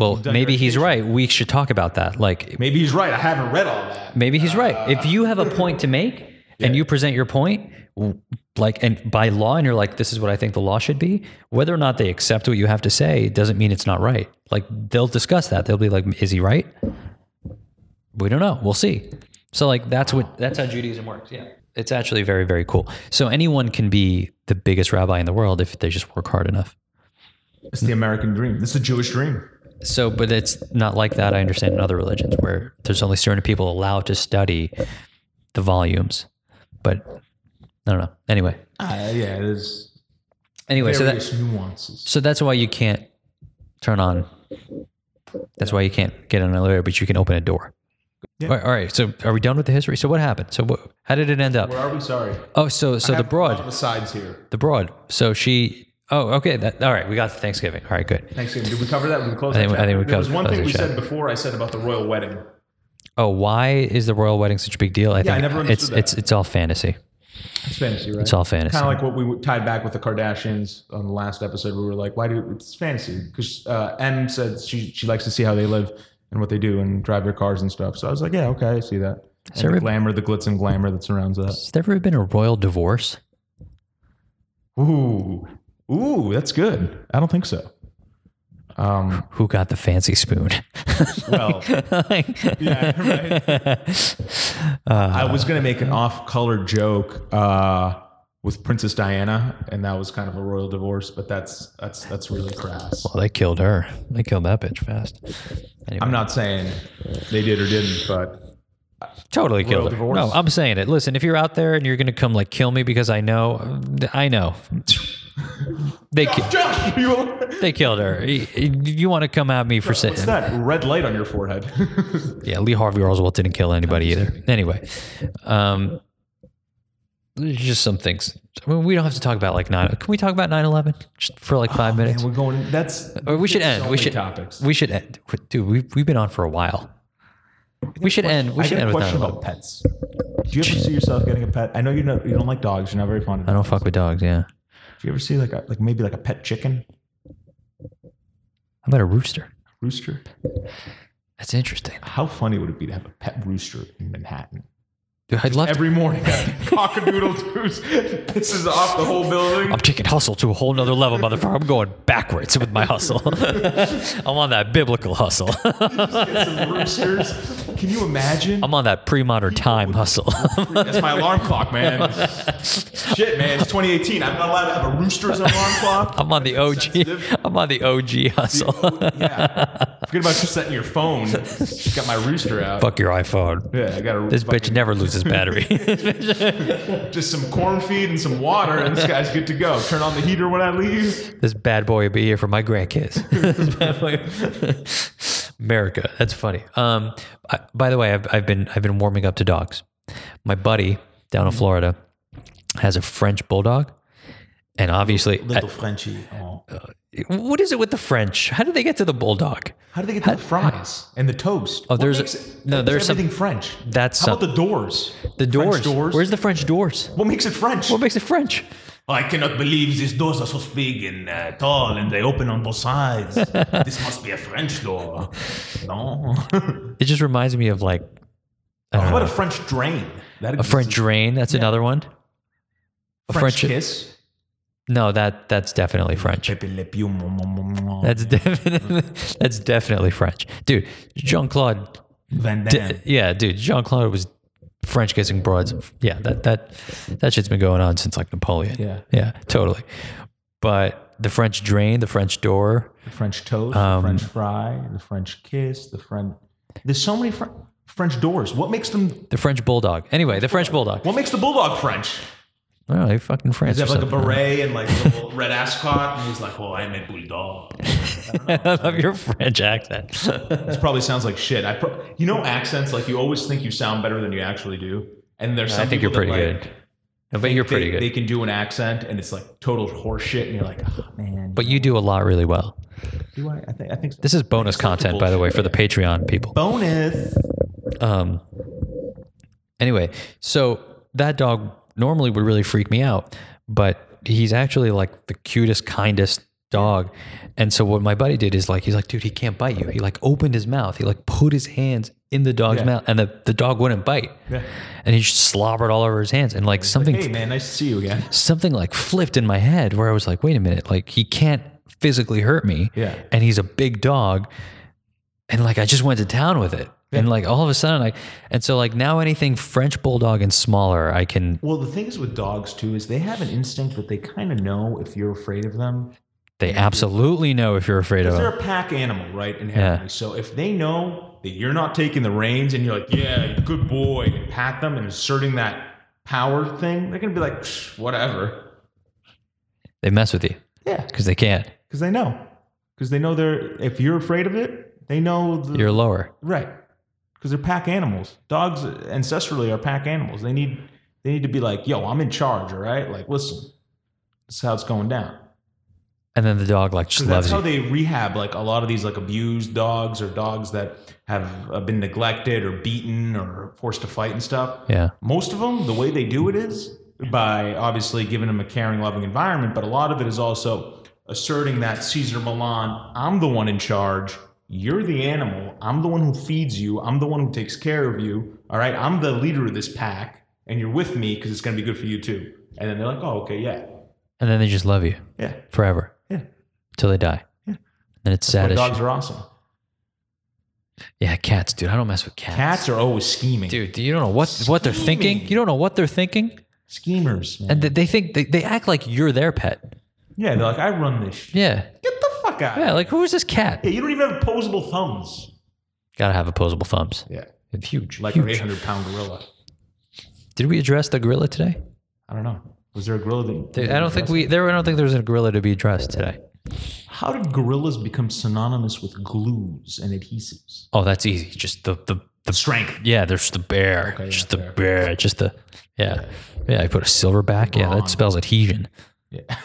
"Well, maybe he's right. We should talk about that." Like, Maybe he's right. I haven't read all that. Maybe he's right. If you have a point to make and you present your point, w- like, and by law, and you're like, this is what I think the law should be, whether or not they accept what you have to say doesn't mean it's not right. Like, they'll discuss that. They'll be like, is he right? We don't know. We'll see. So, like, that's what, that's how Judaism works. Yeah. It's actually very, very cool. So, anyone can be the biggest rabbi in the world if they just work hard enough. It's the American dream. It's the Jewish dream. So, but it's not like that. I understand in other religions where there's only certain people allowed to study the volumes, but I don't know. Anyway, Uh, yeah, it is anyway, Ah. so that various nuances. so that's why you can't turn on That's why you can't get an elevator, but you can open a door. Yeah. All right, all right. So are we done with the history? So what happened? So what, how did it end up? Where are we? Sorry. Oh, so so the All broad, the sides here. the broad. So she. Oh, okay. That, all right. We got Thanksgiving. All right, good. Thanksgiving. Did we cover that? Did we close I think- that I think we chapter? There was covered- one thing closed we the said before I said about the royal wedding. Oh, why is the royal wedding such a big deal? I think I never it's understood that. it's it's all fantasy. It's fantasy, right? It's all fantasy. Kind of like what we tied back with the Kardashians on the last episode. We were like, why do it's fantasy? Because uh, M said she, she likes to see how they live and what they do and drive their cars and stuff. So I was like, yeah, okay, I see that. And the every- glamour, the glitz and glamour that surrounds that. Has there ever been a royal divorce? Ooh, ooh, that's good. I don't think so. Um, Who got the fancy spoon? well, yeah, right. Uh, I was gonna make an off-color joke uh, with Princess Diana, and that was kind of a royal divorce, but that's that's that's really crass. well, they killed her. They killed that bitch fast. Anyway, I'm not saying they did or didn't, but totally killed her. divorce. No, I'm saying it. Listen, if you're out there and you're going to come like kill me because I know, I know. They ki- Josh, you, they killed her. You, you want to come at me for what's sitting? that red light on your forehead? Yeah, Lee Harvey Oswald didn't kill anybody either. Anyway, um, there's just some things. I mean, we don't have to talk about like nine. Can we talk about 9-11 just for like five minutes? and we're going. That's Or we should end. so we many should topics. We should end. Dude, we've we've been on for a while. We should end. We I should got end a with question 9-11. about pets. Do you ever see yourself getting a pet? I know you know you don't like dogs. You're not very fond of. I Them. don't fuck with dogs. Yeah, Do you ever see like a, like maybe like a pet chicken how about a rooster? rooster? That's interesting. How funny would it be to have a pet rooster in Manhattan? Dude, I'd love. to- Every morning, cockadoodle doos pisses off the whole building. I'm taking hustle to a whole nother level, motherfucker. I'm going backwards with my hustle. I'm on that biblical hustle. Get some roosters. Can you imagine? I'm on that pre-modern time hustle. That's my alarm clock, man. Shit, man. It's 2018. I'm not allowed to have a rooster's alarm clock. I'm on the OG. I'm on the OG hustle. yeah. Forget about just setting your phone. Just got my rooster out. Fuck your iPhone. Yeah, I got a This bitch never loses battery. just some corn feed and some water, and this guy's good to go. Turn on the heater when I leave. this bad boy will be here for my grandkids. This bad boy- America, that's funny. Um, I, by the way, I've, I've been I've been warming up to dogs. My buddy down Hmm. in Florida has a French bulldog, and obviously, Little Frenchie. Oh. what is it with the French? How did they get to the bulldog? How do they get to the fries and the toast? Oh, there's- no, there's some- everything French. That's How some- about the doors? The doors. French doors. Where's the French doors? what makes it French? What makes it French? I cannot believe these doors are so big and uh, tall and they open on both sides. this must be a French door. No. It just reminds me of like How about a French drain? That a French drain. That's another one. A French, French, kiss. Hmm. No, that that's definitely French. Pepe Le Pew. mo- mo- mo- mo. That's definitely that's definitely French, dude. Jean Claude, Van Damme. yeah, dude. Jean Claude was French kissing broads. Yeah, that that that shit's been going on since like Napoleon. Yeah. yeah, totally. But the French drain, the French door. The French toast. Um, the French fry. The French kiss. The French. There's so many French. French doors. What makes them? The French bulldog. Anyway, the French bulldog. What makes the bulldog French? Oh, they fucking French. They have or like a something. beret and like a little red ascot. And he's like, oh, I'm a bulldog. I love your French accent. This probably sounds like shit. I, pro- you know, accents like you always think you sound better than you actually do. And there's some I think you're people pretty that, like, good. I bet you're pretty they, good. They can do an accent, and it's like total horseshit. And you're like, oh, man, but you do a lot really well. do I? I think I think so. This is bonus content, by the way, for the Patreon people. bonus. Um, anyway, so that dog normally would really freak me out, but he's actually like the cutest, kindest dog. And so what my buddy did is like, he's like, dude, he can't bite you. He like opened his mouth. He like put his hands in the dog's Yeah. mouth and the, the dog wouldn't bite. Yeah. And he just slobbered all over his hands. And like something, Hey man, nice to see you again. something like flipped in my head where I was like, wait a minute, like he can't physically hurt me. Yeah. And he's a big dog. And like I just went to town with it. And like all of a sudden I and so like now anything French bulldog and smaller, I can Well, the thing is with dogs too is they have an instinct that they kind of know if you're afraid of them. they absolutely know if you're afraid of Because them. they're a pack animal, right? Inherently. So if they know that you're not taking the reins and you're like, yeah, good boy, and pat them and asserting that power thing, they're gonna be like, "Psh, whatever. They mess with you Yeah, because they can't. because they know, because they know they're if you're afraid of it, They know the You're lower. right because they're pack animals. Dogs ancestrally are pack animals. They need they need to be like, yo, I'm in charge. All right, like listen, this is how it's going down. And then the dog like just So that's loves how you. they rehab like a lot of these like abused dogs or dogs that have uh, been neglected or beaten or forced to fight and stuff. yeah. Most of them, the way they do it is by obviously giving them a caring, loving environment, but a lot of it is also asserting that Caesar Milan, I'm the one in charge. You're the animal. I'm the one who feeds you. I'm the one who takes care of you. All right. I'm the leader of this pack, and you're with me because it's going to be good for you too. And then they're like, oh, okay, yeah. And then they just love you Yeah. forever. Yeah. Till they die. Yeah. And it's sad But as dogs shit. are awesome. Yeah, cats, dude. I don't mess with cats. Cats are always scheming. Dude, you don't know what what they're thinking. Scheming. You don't know what they're thinking. Schemers. man. And th- they think they, they act like you're their pet. Yeah, they're like, I run this shit. Yeah. Get the fuck out. Yeah, like who is this cat? Yeah, you don't even have opposable thumbs. Gotta have opposable thumbs. Yeah. It's huge. Like an huge. 800 pound gorilla. Did we address the gorilla today? I don't know. Was there a gorilla that. Dude, I don't think we there I don't think there was a gorilla to be addressed today. How did gorillas become synonymous with glues and adhesives? Oh, that's easy. Just the the, the Strength. yeah, there's the bear. Okay, yeah, just the fair. bear. Just the yeah. Yeah, I put a silver back. Yeah, Wrong. that spells adhesion.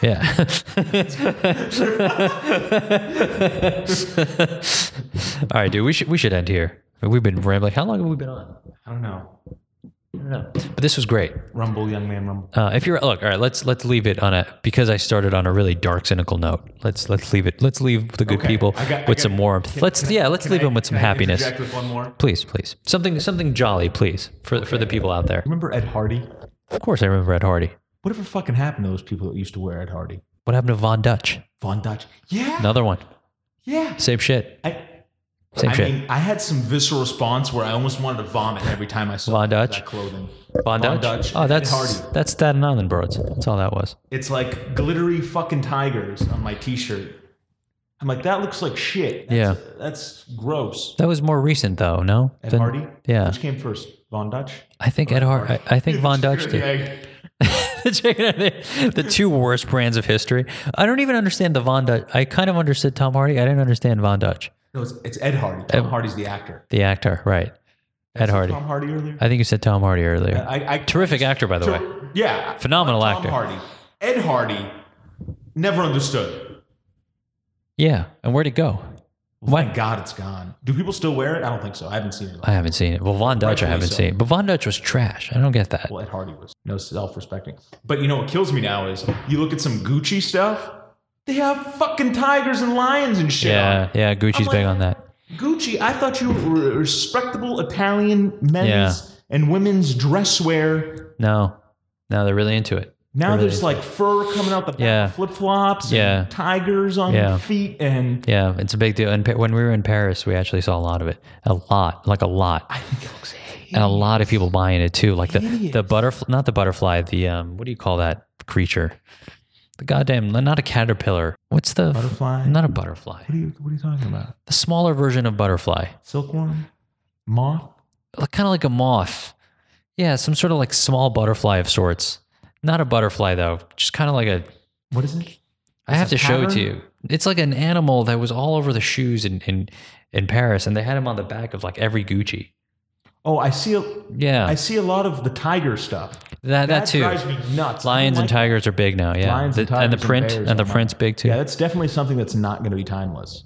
Yeah. Yeah. All right, dude. We should we should end here. We've been rambling. How long have we been on? I don't know. I don't know. But this was great. Rumble, young man, rumble. Uh, if you're look, all right, let's let's leave it on a because I started on a really dark, cynical note. Let's let's leave it. Let's leave the good Okay, people I got- I with got- some warmth. let's yeah, let's Can leave I- them with some can I happiness. interject with one more. Please, please, something something jolly, please, for for the people out there. Remember Ed Hardy? Of course, I remember Ed Hardy. Whatever fucking happened to those people that used to wear Ed Hardy? What happened to Von Dutch? Von Dutch. Yeah. Another one. Yeah. Same shit. I, Same I shit. mean, I had some visceral response where I almost wanted to vomit every time I saw Von Dutch? that clothing. Von, Von Dutch. Dutch Oh, and that's Hardy. that's Staten Island Broads. That's all that was. It's like glittery fucking tigers on my t-shirt. I'm like, that looks like shit. That's, yeah, that's gross. That was more recent though. No, Ed Than- Hardy. yeah. which came first, Von Dutch? I think Ed Hardy. I, I think Von Dutch did. Yeah. the chicken and the, the two worst brands of history. I don't even understand the Von Dutch. I kind of understood Tom Hardy. I didn't understand Von Dutch, No, it's, it's Ed Hardy. Tom Hardy's the actor. the actor. Right. Did I Ed say Hardy. Tom Hardy earlier. I think you said Tom Hardy earlier. I, I Terrific actor, by the way. Yeah, Phenomenal Tom actor. Hardy. Ed Hardy. Never understood. Oh Yeah. And where'd it go? My What? God, it's gone. Do people still wear it? I don't think so. I haven't seen it. I haven't seen it. Well, Von Dutch, I Rightfully haven't so. seen. But Von Dutch was trash. I don't get that. Well, Ed Hardy was no self-respecting. But you know what kills me now is you look at some Gucci stuff. They have fucking tigers and lions and shit. Yeah. Yeah. Gucci's I'm big like- on that. on. Gucci. I thought you were a respectable Italian men's Yeah. and women's dress wear. No. No, they're really into it. Now Really? there's like fur coming out the back, Yeah. flip flops, Yeah. and tigers on Yeah. your feet, and Yeah, it's a big deal. And Pa- when we were in Paris, we actually saw a lot of it. A lot, like a lot. I think it looks. hideous. and a lot of people buying it too. Like the the Hideous. butterfly, not the butterfly. The um, what do you call that creature? The goddamn, not a caterpillar. What's the Butterfly? Not a butterfly. What are you What are you talking about? The smaller version of butterfly, Silkworm, moth. like, kind of like a moth. Yeah, some sort of like small butterfly of sorts. Not a butterfly though. Just kind of like a. What is it? I have a to show it to pattern? you. It's like an animal that was all over the shoes in in in Paris, and they had him on the back of like every Gucci. Oh, I see. A, Yeah, I see a lot of the tiger stuff. that, that too. drives me nuts. Lions I and don't like- tigers are big now. Yeah, Lions and The- and the tigers and print bears and the are print's big too. Yeah, that's definitely something that's not going to be timeless.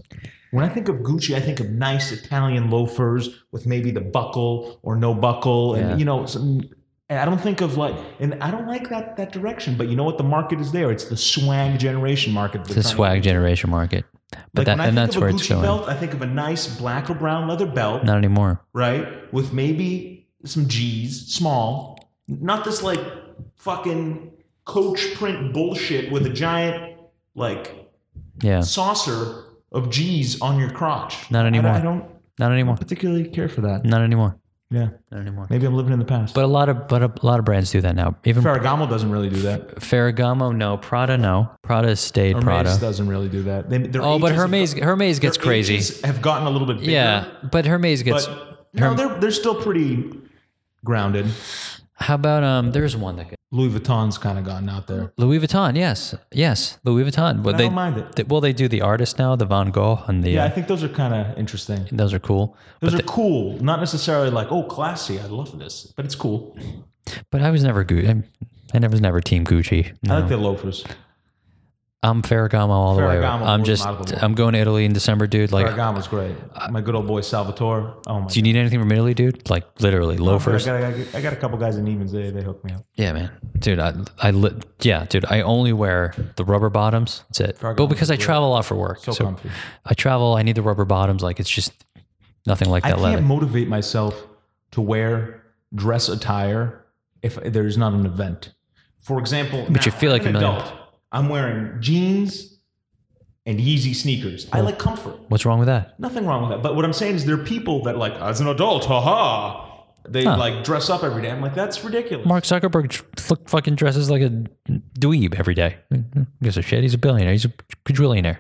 When I think of Gucci, I think of nice Italian loafers with maybe the buckle or no buckle, and Yeah. you know, some, and I don't think of like, and I don't like that that direction. But you know what? The market is there. It's the swag generation market. It's the swag generation market, but Like that when I and think that's of a where it's Gucci going. Belt, I think of a nice black or brown leather belt, Not anymore. right, with maybe some G's, small, not this like fucking coach print bullshit with a giant like Yeah, saucer of G's on your crotch. Not I don't- anymore. I don't, not anymore. particularly care for that. Not anymore. Yeah, Not anymore. maybe I'm living in the past. But a lot of but a lot of brands do that now. Even Ferragamo doesn't really do that. Ferragamo, no. Prada, no. Prada has stayed Hermes Prada. doesn't really do that. They, their Oh, but ages have Hermes got- Hermes their gets crazy. ages Have gotten a little bit bigger. Yeah, but Hermes gets. but no, they're they're still pretty grounded. how about um? There's one that. Louis Vuitton's kind of gotten out there. Louis Vuitton, yes, yes, Louis Vuitton. Well, I they, don't mind it. they- well, they do the artist now, the Van Gogh, and the Yeah, I uh, think those are kind of interesting. those are cool. Those are cool. Not necessarily like, oh, classy. I love this, but it's cool. But I was never Gucci. I'm- I never was never Team Gucci. I No. like the loafers. I'm Ferragamo all the way. Ferragamo I'm was just my other one. I'm going to Italy in December, dude. Like, Ferragamo's great. My good old boy Salvatore. Oh my do you need anything from Italy, dude? Like, literally god. I loafers. got, I, got, I got a couple guys in Evans. They they hooked me up. Yeah, man, dude. I, I li- yeah, dude. I only wear the rubber bottoms. That's it. but because I travel a lot for work, So, comfy. I travel. I need the rubber bottoms. Like, it's just nothing like I that can't leather. motivate myself to wear dress attire if there's not an event. For example, But you now, feel I'm like an a million. adult. I'm wearing jeans and Yeezy sneakers. I like comfort. What's wrong with that? Nothing wrong with that. But what I'm saying is there are people that like as an adult, haha, they like dress up every day. I'm like, that's ridiculous. Mark Zuckerberg tr- fl- fucking dresses like a dweeb every day. Who Gives a shit. He's a billionaire. He's a quadrillionaire.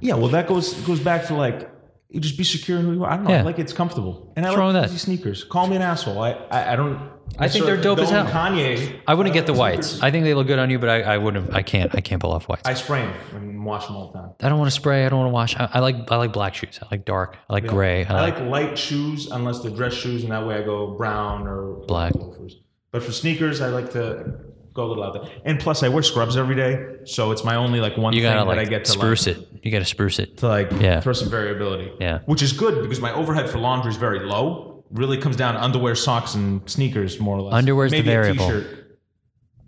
Yeah, well, that goes goes back to like you just be secure in who you are. I don't know. Yeah. I Like it's comfortable, and I What's like wrong with that? easy sneakers. Call me an asshole. I I, I don't. I think they're dope the as old hell. Kanye. I wouldn't get the like whites. sneakers. I think they look good on you, but I, I wouldn't. I can't. I can't pull off whites. I spray them and wash them all the time. I don't want to spray. I don't want to wash. I, I like I like black shoes. I like dark. I like gray. Uh, I, I like, like light shoes unless they're dress shoes, and that way I go brown or Black. loafers. But for sneakers, I like to go a little out there. And plus, I wear scrubs every day, so it's my only like one you thing gotta that I like get to like, spruce it. You gotta spruce it. to like Yeah. throw some variability. Yeah. Which is good because my overhead for laundry is very low. Really comes down to underwear, socks, and sneakers more or less. Underwear's the Maybe variable. A t-shirt,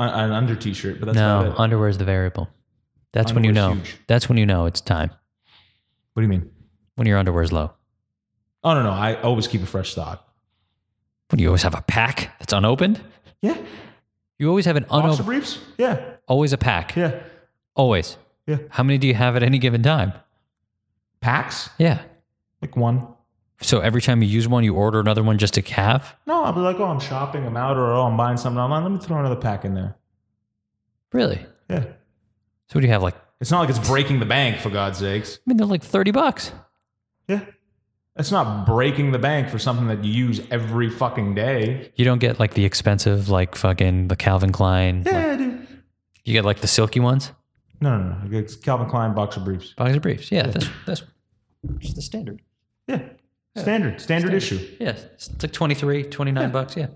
an, an under t-shirt, but that's not No, it. underwear is the variable. That's when you know. Underwear's huge. That's when you know it's time. What do you mean? When your underwear is low. Oh no, no. I always keep a fresh stock. When you always have a pack that's unopened. Yeah. You always have an Boxer unopened. briefs. Yeah. Always a pack. Yeah. Always. Yeah. How many do you have at any given time? Packs. Yeah. Like one. So every time you use one, you order another one just to have. No, I'll be like, oh, I'm shopping. I'm out, or oh, I'm buying something online. Let me throw another pack in there. Really? Yeah. So what do you have? Like, I It's not like it's breaking the bank, for God's sakes. mean, they're like thirty bucks. Yeah. It's not breaking the bank for something that you use every fucking day. You don't get like the expensive, like fucking the Calvin Klein. like- Yeah, dude. you get like the silky ones. No, no, no. It's Calvin Klein boxer briefs. Boxer briefs. Yeah, that's that's just the standard. Yeah. Standard, standard, issue. Yeah, it's it's like 23, 29 bucks. Yeah,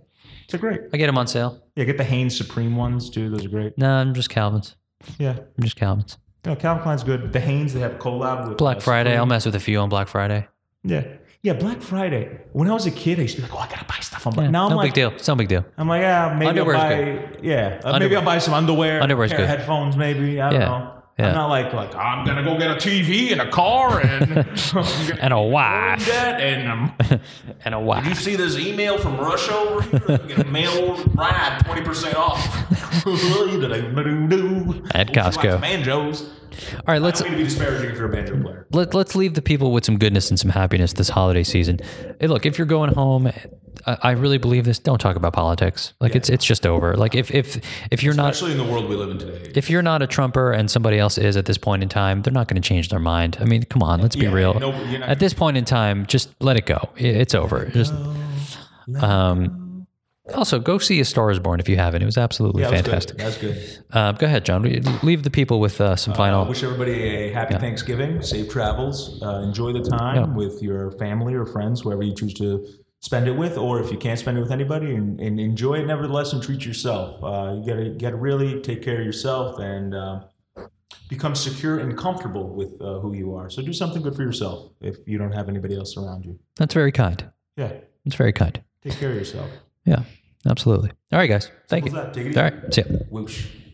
They're great. I get them on sale. Yeah, get the Hanes Supreme ones too. Those are great. No, I'm just Calvin's. Yeah. I'm just Calvin's. No, Calvin Klein's good. The Hanes, they have collab with Black uh, Friday. I'll Supreme. mess with a few on Black Friday. Yeah. Yeah, Black Friday. When I was a kid, I used to be like, oh, I got to buy stuff on Black Yeah, Now I'm no like, big deal. It's no big deal. I'm like, yeah, maybe Underwear's I'll buy, yeah, uh, maybe Underwear. I'll buy some underwear, Underwear's pair of good. headphones, maybe. I don't Yeah. know. Yeah. I'm not like like I'm gonna go get a TV and a car and I'm gonna And a afford wife. that and um, And a You wife. see this email from Russia over here? I'm gonna mail ride 20% off. At At Costco. banjos. All right, let's I don't mean to be disparaging if you're a banjo player. let, let's leave the people with some goodness and some happiness this holiday season. Hey, look, if you're going home, I, I really believe this. Don't talk about politics. Like it's it's just over. Like if if if you're not Especially in the world we live in today. if you're not a Trumper and somebody else is at this point in time, they're not going to change their mind. I mean, come on, let's be Yeah, real. no, you're not- at this point in time, just let it go. I- It's over. Just um, also go see A Star Is Born if you haven't. It was absolutely Yeah, that's fantastic. Good. That's good. Uh, go ahead, John. We- Leave the people with uh, some I final. wish everybody a happy Thanksgiving, safe travels, uh, enjoy the time Yeah. with your family or friends, whoever you choose to spend it with, or if you can't spend it with anybody, and, and enjoy it nevertheless and treat yourself. Uh, you gotta gotta really take care of yourself and uh, become secure and comfortable with uh, who you are. So do something good for yourself if you don't have anybody else around you. That's very kind. Yeah, That's very kind. take care of yourself. Yeah, absolutely. All right, guys. Thank What's you. that? Take it easy. All right. See ya. Whoosh.